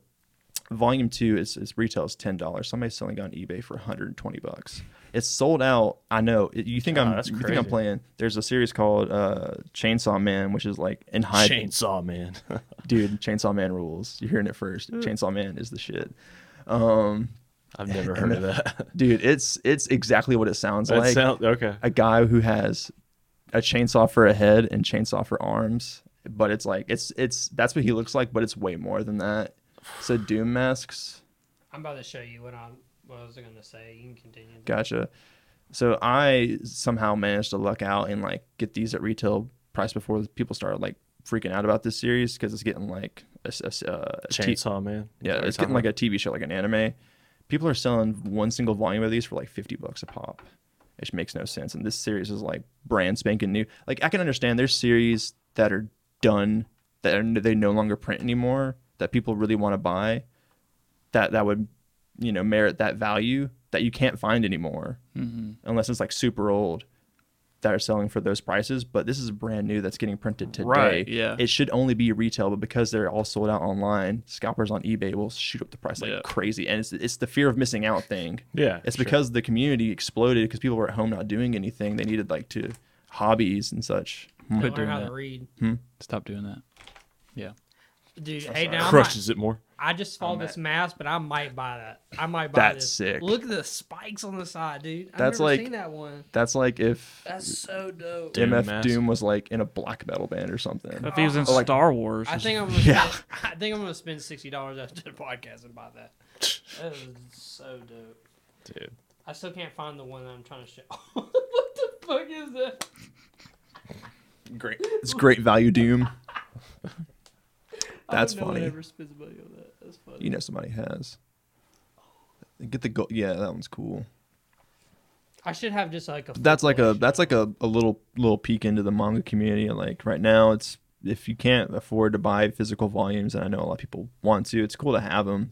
S3: Volume two is, is retail is ten dollars. Somebody's selling it on eBay for 120 bucks. It's sold out. I know. It- You think
S2: God,
S3: I'm
S2: that's
S3: you think I'm
S2: crazy.
S3: playing? There's a series called uh, Chainsaw Man, which is like in high
S2: Chainsaw man. [LAUGHS]
S3: dude. Chainsaw Man rules. You're hearing it first. Chainsaw Man is the shit. Um,
S2: I've
S3: [LAUGHS]
S2: never heard of that.
S3: dude, it's it's exactly what it sounds
S2: that
S3: uh, like.
S2: sound okay.
S3: a guy who has a chainsaw for a head and chainsaw for arms, but it's like it's it's that's what he looks like, but it's way more than that. So doom masks.
S1: I'm about to show you what I what I was gonna say. You can continue.
S3: Gotcha. So I somehow managed to luck out and like get these at retail price before people started like freaking out about this series because it's getting like a, s- a s- uh, a t-
S2: Chainsaw man.
S3: yeah, it's getting like a TV show, like an anime. People are selling one single volume of these for like fifty bucks a pop, which makes no sense. And this series is like brand spanking new. Like I can understand there's series that are done that are, they no longer print anymore that people really want to buy, that that would you know merit that value that you can't find anymore
S4: Mm-hmm.
S3: unless it's like super old that are selling for those prices. But this is brand new that's getting printed today.
S4: Right, yeah.
S3: It should only be retail, but because they're all sold out online, scalpers on eBay will shoot up the price like
S4: Yeah.
S3: crazy. And it's it's the fear of missing out thing.
S2: Yeah,
S3: It's
S2: sure.
S3: because the community exploded because people were at home not doing anything. They needed like to hobbies and such.
S1: I
S4: Quit
S1: learn
S4: doing
S1: how
S4: that.
S1: to read,
S4: Stop doing that. Yeah.
S1: dude. hey, now I'm not-
S2: crushes it more.
S1: I just saw this mask, but I might buy that. I might buy
S3: That's
S1: this.
S3: sick.
S1: Look at the spikes on the side, dude. I've
S3: That's
S1: never
S3: like-
S1: seen that one.
S3: That's like if
S1: That's so dope.
S2: Dude, Doom
S3: MF
S2: mask.
S3: Doom was like in a black metal band or something.
S4: If he was in
S1: Oh,
S3: like-
S4: Star Wars,
S1: I think I'm gonna spend, I think I'm gonna spend sixty dollars after the podcast and buy
S3: [LAUGHS]
S1: that. That is so dope.
S2: Dude.
S1: I still can't find the one that I'm trying to show. [LAUGHS] what the fuck is that?
S3: Great. It's great value Doom. That's
S1: I hope no one
S3: funny.
S1: ever spends money on that. That's funny.
S3: You know somebody has. Get the go. Yeah, that one's cool.
S1: I should have just like a.
S3: that's like a
S1: full-fledged
S3: that's like a, a little little peek into the manga community and like right now it's if you can't afford to buy physical volumes and i know a lot of people want to it's cool to have them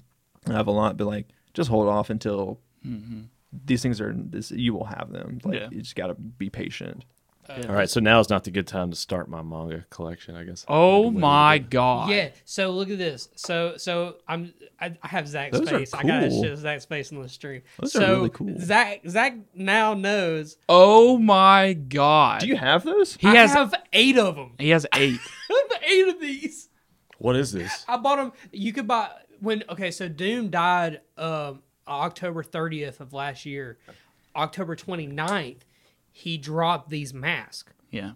S3: i have a lot but like just hold off until
S2: Mm-hmm.
S3: these things are this you will have them like
S4: Yeah.
S3: you just gotta be patient
S2: All right, so now is not the good time to start my manga collection, I guess.
S4: oh my god.
S1: Yeah. So look at this. So so I'm I, I have Zach's
S3: Those are
S1: face. I gotta
S3: cool.
S1: show Zach's face on the stream.
S3: Those are
S1: so
S3: really cool.
S1: Zach Zach now knows
S4: Oh my god.
S3: do you have those
S4: he
S1: I
S4: has
S1: have eight of them.
S4: he has eight.
S1: [LAUGHS] I have eight of these.
S2: What is
S1: [LAUGHS]
S2: this?
S1: I bought them. You could buy when okay. So Doom died um, October 30th of last year. October 29th, he dropped these masks,
S4: yeah.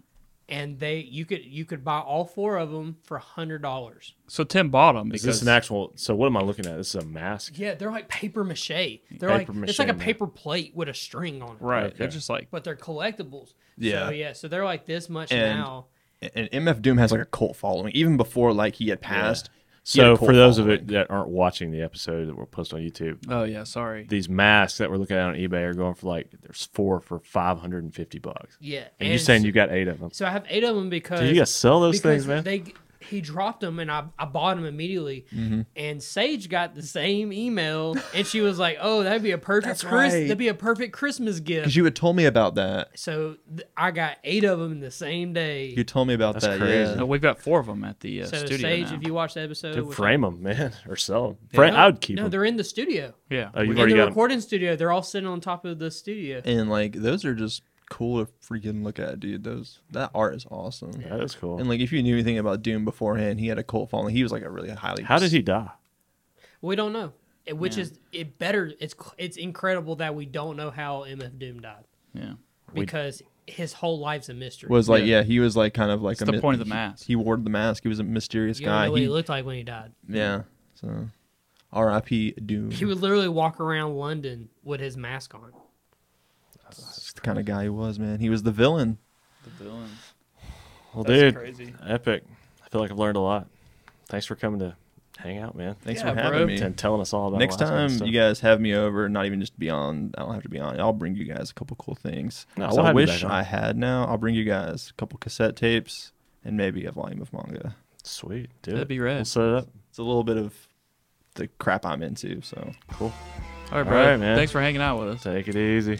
S1: and they you could you could buy all four of them for hundred dollars.
S4: So Tim bought them
S2: Is
S4: because
S2: this an actual? So what am I looking at? This is a mask.
S1: Yeah, they're like paper mache. They're like
S2: Papier-mâché,
S1: it's like a
S2: man.
S1: paper plate with a string on it.
S4: right? They're
S2: Okay.
S4: just like
S1: But they're collectibles.
S3: Yeah.
S1: So yeah, so they're like this much
S3: And-
S1: now.
S3: and mf doom has like a cult following even before like he had passed he had
S2: So
S3: a cult
S2: for those of
S3: following.
S2: it that aren't watching the episode that we'll post on YouTube,
S4: oh yeah, sorry.
S2: these masks that we're looking at on eBay are going for like there's four for five hundred and fifty bucks.
S1: Yeah.
S2: And, you're saying you got eight of them?
S1: So I have eight of them because
S2: Dude, you gotta sell those
S1: because
S2: things, man.
S1: They he dropped them and I, I bought them immediately.
S3: Mm-hmm.
S1: And Sage got the same email and she was like, "Oh, that'd be a perfect
S3: That's
S1: Chris-
S3: right.
S1: that'd be a perfect Christmas gift."
S3: because you had told me about that
S1: so th- I got eight of them the same day.
S3: you told me about
S2: That's
S3: that
S2: crazy.
S4: No,
S3: yeah
S4: we've got four of them at the uh,
S1: so
S4: studio
S1: Sage,
S4: now.
S1: if you watch the episode,
S2: Dude,
S1: which I-
S2: frame them, man, [LAUGHS] or sell them.
S1: No,
S2: I would keep
S1: No,
S2: them.
S1: they're in the studio.
S4: yeah.
S2: Oh, you've
S1: in
S2: already
S1: the
S2: got 'em.
S1: recording studio, they're all sitting on top of the studio.
S3: and like those are just cool to freaking look at dude those that art is awesome
S2: That is cool.
S3: And like, if you knew anything about Doom beforehand, he had a cult following. He was like a really highly.
S2: How did he die?
S1: We don't know, It- which is it better. It's cl- it's incredible that we don't know how MF Doom died
S4: yeah.
S1: because his whole life's a mystery.
S3: was like?
S4: Yeah.
S3: Yeah, he was like kind of like
S4: It's the
S3: mi-
S4: point of the
S3: he-
S4: mask.
S3: He, wore the mask. He was a mysterious
S1: you don't
S3: guy.
S1: know what
S3: He-
S1: he looked like when he died.
S3: yeah. So, R.I.P. Doom.
S1: He would literally walk around London with his mask on.
S3: That's the kind of guy he was, man. He was the villain.
S4: The villain.
S2: Well,
S4: That's
S2: dude,
S4: crazy.
S2: epic. I feel like I've learned a lot. Thanks for coming to hang out, man.
S3: Thanks
S4: Yeah,
S3: for having
S4: bro.
S3: me.
S2: And telling us all about
S3: Next
S2: Alaska and
S3: time
S2: stuff.
S3: you guys have me over, not even just be on. I don't have to be on. I'll bring you guys a couple cool things.
S2: No,
S3: I
S2: I'll have you
S3: wish
S2: back on.
S3: I had now. I'll bring you guys a couple cassette tapes and maybe a volume of manga.
S2: Sweet, dude.
S4: That'd be rad.
S2: We'll set it up.
S3: It's a little bit of the crap I'm into. So.
S2: Cool.
S4: All right,
S2: All
S4: bro.
S2: right, man.
S4: Thanks for hanging out with us.
S2: Take it easy.